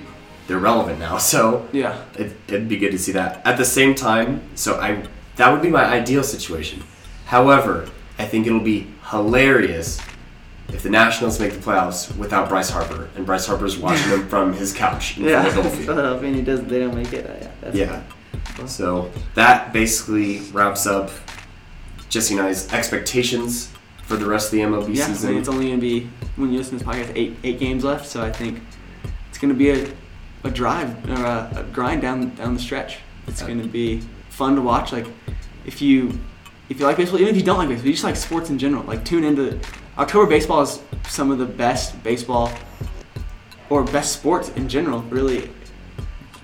Speaker 3: they're relevant now, so
Speaker 2: Yeah.
Speaker 3: it, it'd be good to see that. At the same time, so I that would be my ideal situation. However, I think it'll be hilarious if the Nationals make the playoffs without Bryce Harper, and Bryce Harper's watching them from his couch in
Speaker 2: Yeah.
Speaker 3: Philadelphia.
Speaker 2: Philadelphia doesn't. They don't make it. Oh, Yeah. That's
Speaker 3: Yeah. So that basically wraps up Jesse and I's expectations for the rest of the MLB
Speaker 2: Yeah, I
Speaker 3: season.
Speaker 2: mean, it's only going to be, when you listen to this podcast, eight, eight games left. So I think it's going to be a, a drive, or a, a grind down, down the stretch. It's going to be fun to watch. Like, if you if you like baseball, even if you don't like baseball, you just like sports in general. Like, tune into October baseball is some of the best baseball or best sports in general. Really,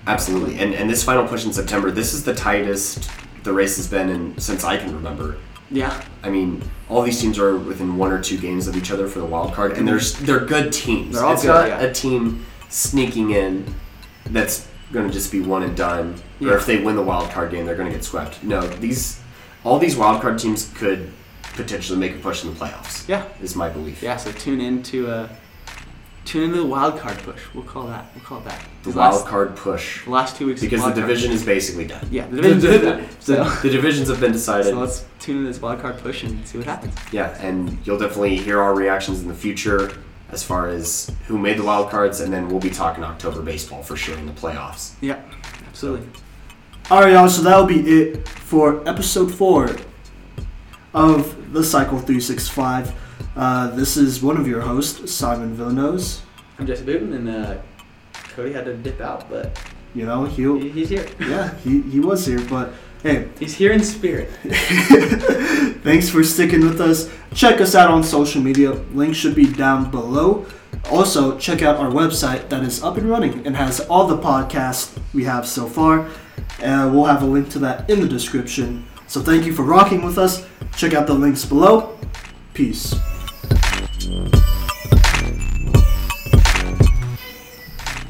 Speaker 3: Absolutely. And and this final push in September, this is the tightest the race has been in since I can remember.
Speaker 2: yeah,
Speaker 3: I mean, all these teams are within one or two games of each other for the wild card, and there's they're good teams.
Speaker 2: They're all
Speaker 3: it's
Speaker 2: good,
Speaker 3: not
Speaker 2: yeah.
Speaker 3: a team sneaking in that's going to just be one and done. Or
Speaker 2: Yeah.
Speaker 3: if they win the wild card game, they're going to get swept. No, these all these wild card teams could potentially make a push in the playoffs.
Speaker 2: Yeah.
Speaker 3: is my belief.
Speaker 2: yeah. So tune into uh, tune into the wild card push. We'll call that. We'll call it that.
Speaker 3: the
Speaker 2: These
Speaker 3: wild
Speaker 2: last-
Speaker 3: card push
Speaker 2: the last two weeks is
Speaker 3: because the
Speaker 2: wild card.
Speaker 3: division is basically done.
Speaker 2: Yeah, the division's done.
Speaker 3: the,
Speaker 2: So-
Speaker 3: the divisions have been decided.
Speaker 2: So let's tune into this wild card push and see what happens.
Speaker 3: Yeah, and you'll definitely hear our reactions in the future as far as who made the wild cards, and then we'll be talking October baseball for sure in the playoffs.
Speaker 2: Yeah, absolutely.
Speaker 1: All right, y'all. So that'll be it for episode four of the Cycle Three Six Five. Uh, this is one of your hosts, Simon Villanose.
Speaker 2: I'm Jesse Booten, and uh, Cody had to dip out, but
Speaker 1: You know, he
Speaker 2: he- he's here.
Speaker 1: yeah, he, he was here, but hey,
Speaker 2: He's here in spirit.
Speaker 1: Thanks for sticking with us. Check us out on social media. Link should be down below. Also, check out our website that is up and running and has all the podcasts we have so far. Uh, we'll have a link to that in the description. So, thank you for rocking with us. Check out the links below. Peace.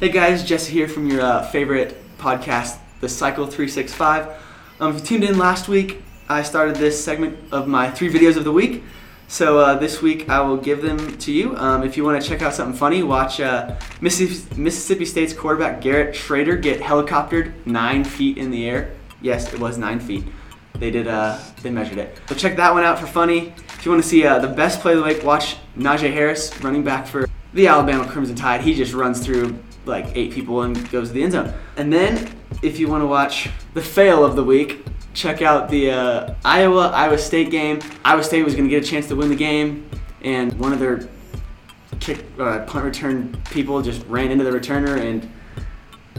Speaker 2: Hey guys, Jesse here from your uh, favorite podcast, The Cycle 365. Um, if you tuned in last week, I started this segment of my three videos of the week. So uh, this week I will give them to you. Um, if you want to check out something funny, watch uh, Mississippi, Mississippi State's quarterback Garrett Schrader get helicoptered nine feet in the air. Yes, it was nine feet. They did. Uh, they measured it. So check that one out for funny. If you want to see uh, the best play of the week, watch Najee Harris, running back for the Alabama Crimson Tide. He just runs through like eight people and goes to the end zone. And then, if you want to watch the fail of the week, check out the uh, Iowa Iowa State game. Iowa State was going to get a chance to win the game, and one of their kick uh, punt return people just ran into the returner and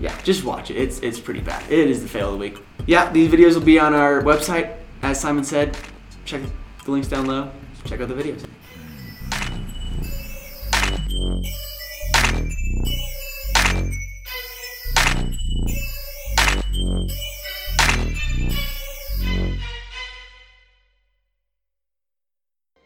Speaker 2: yeah, just watch it. It's it's pretty bad. It is the fail of the week. Yeah, these videos will be on our website, as Simon said. Check the links down low. Check out the videos.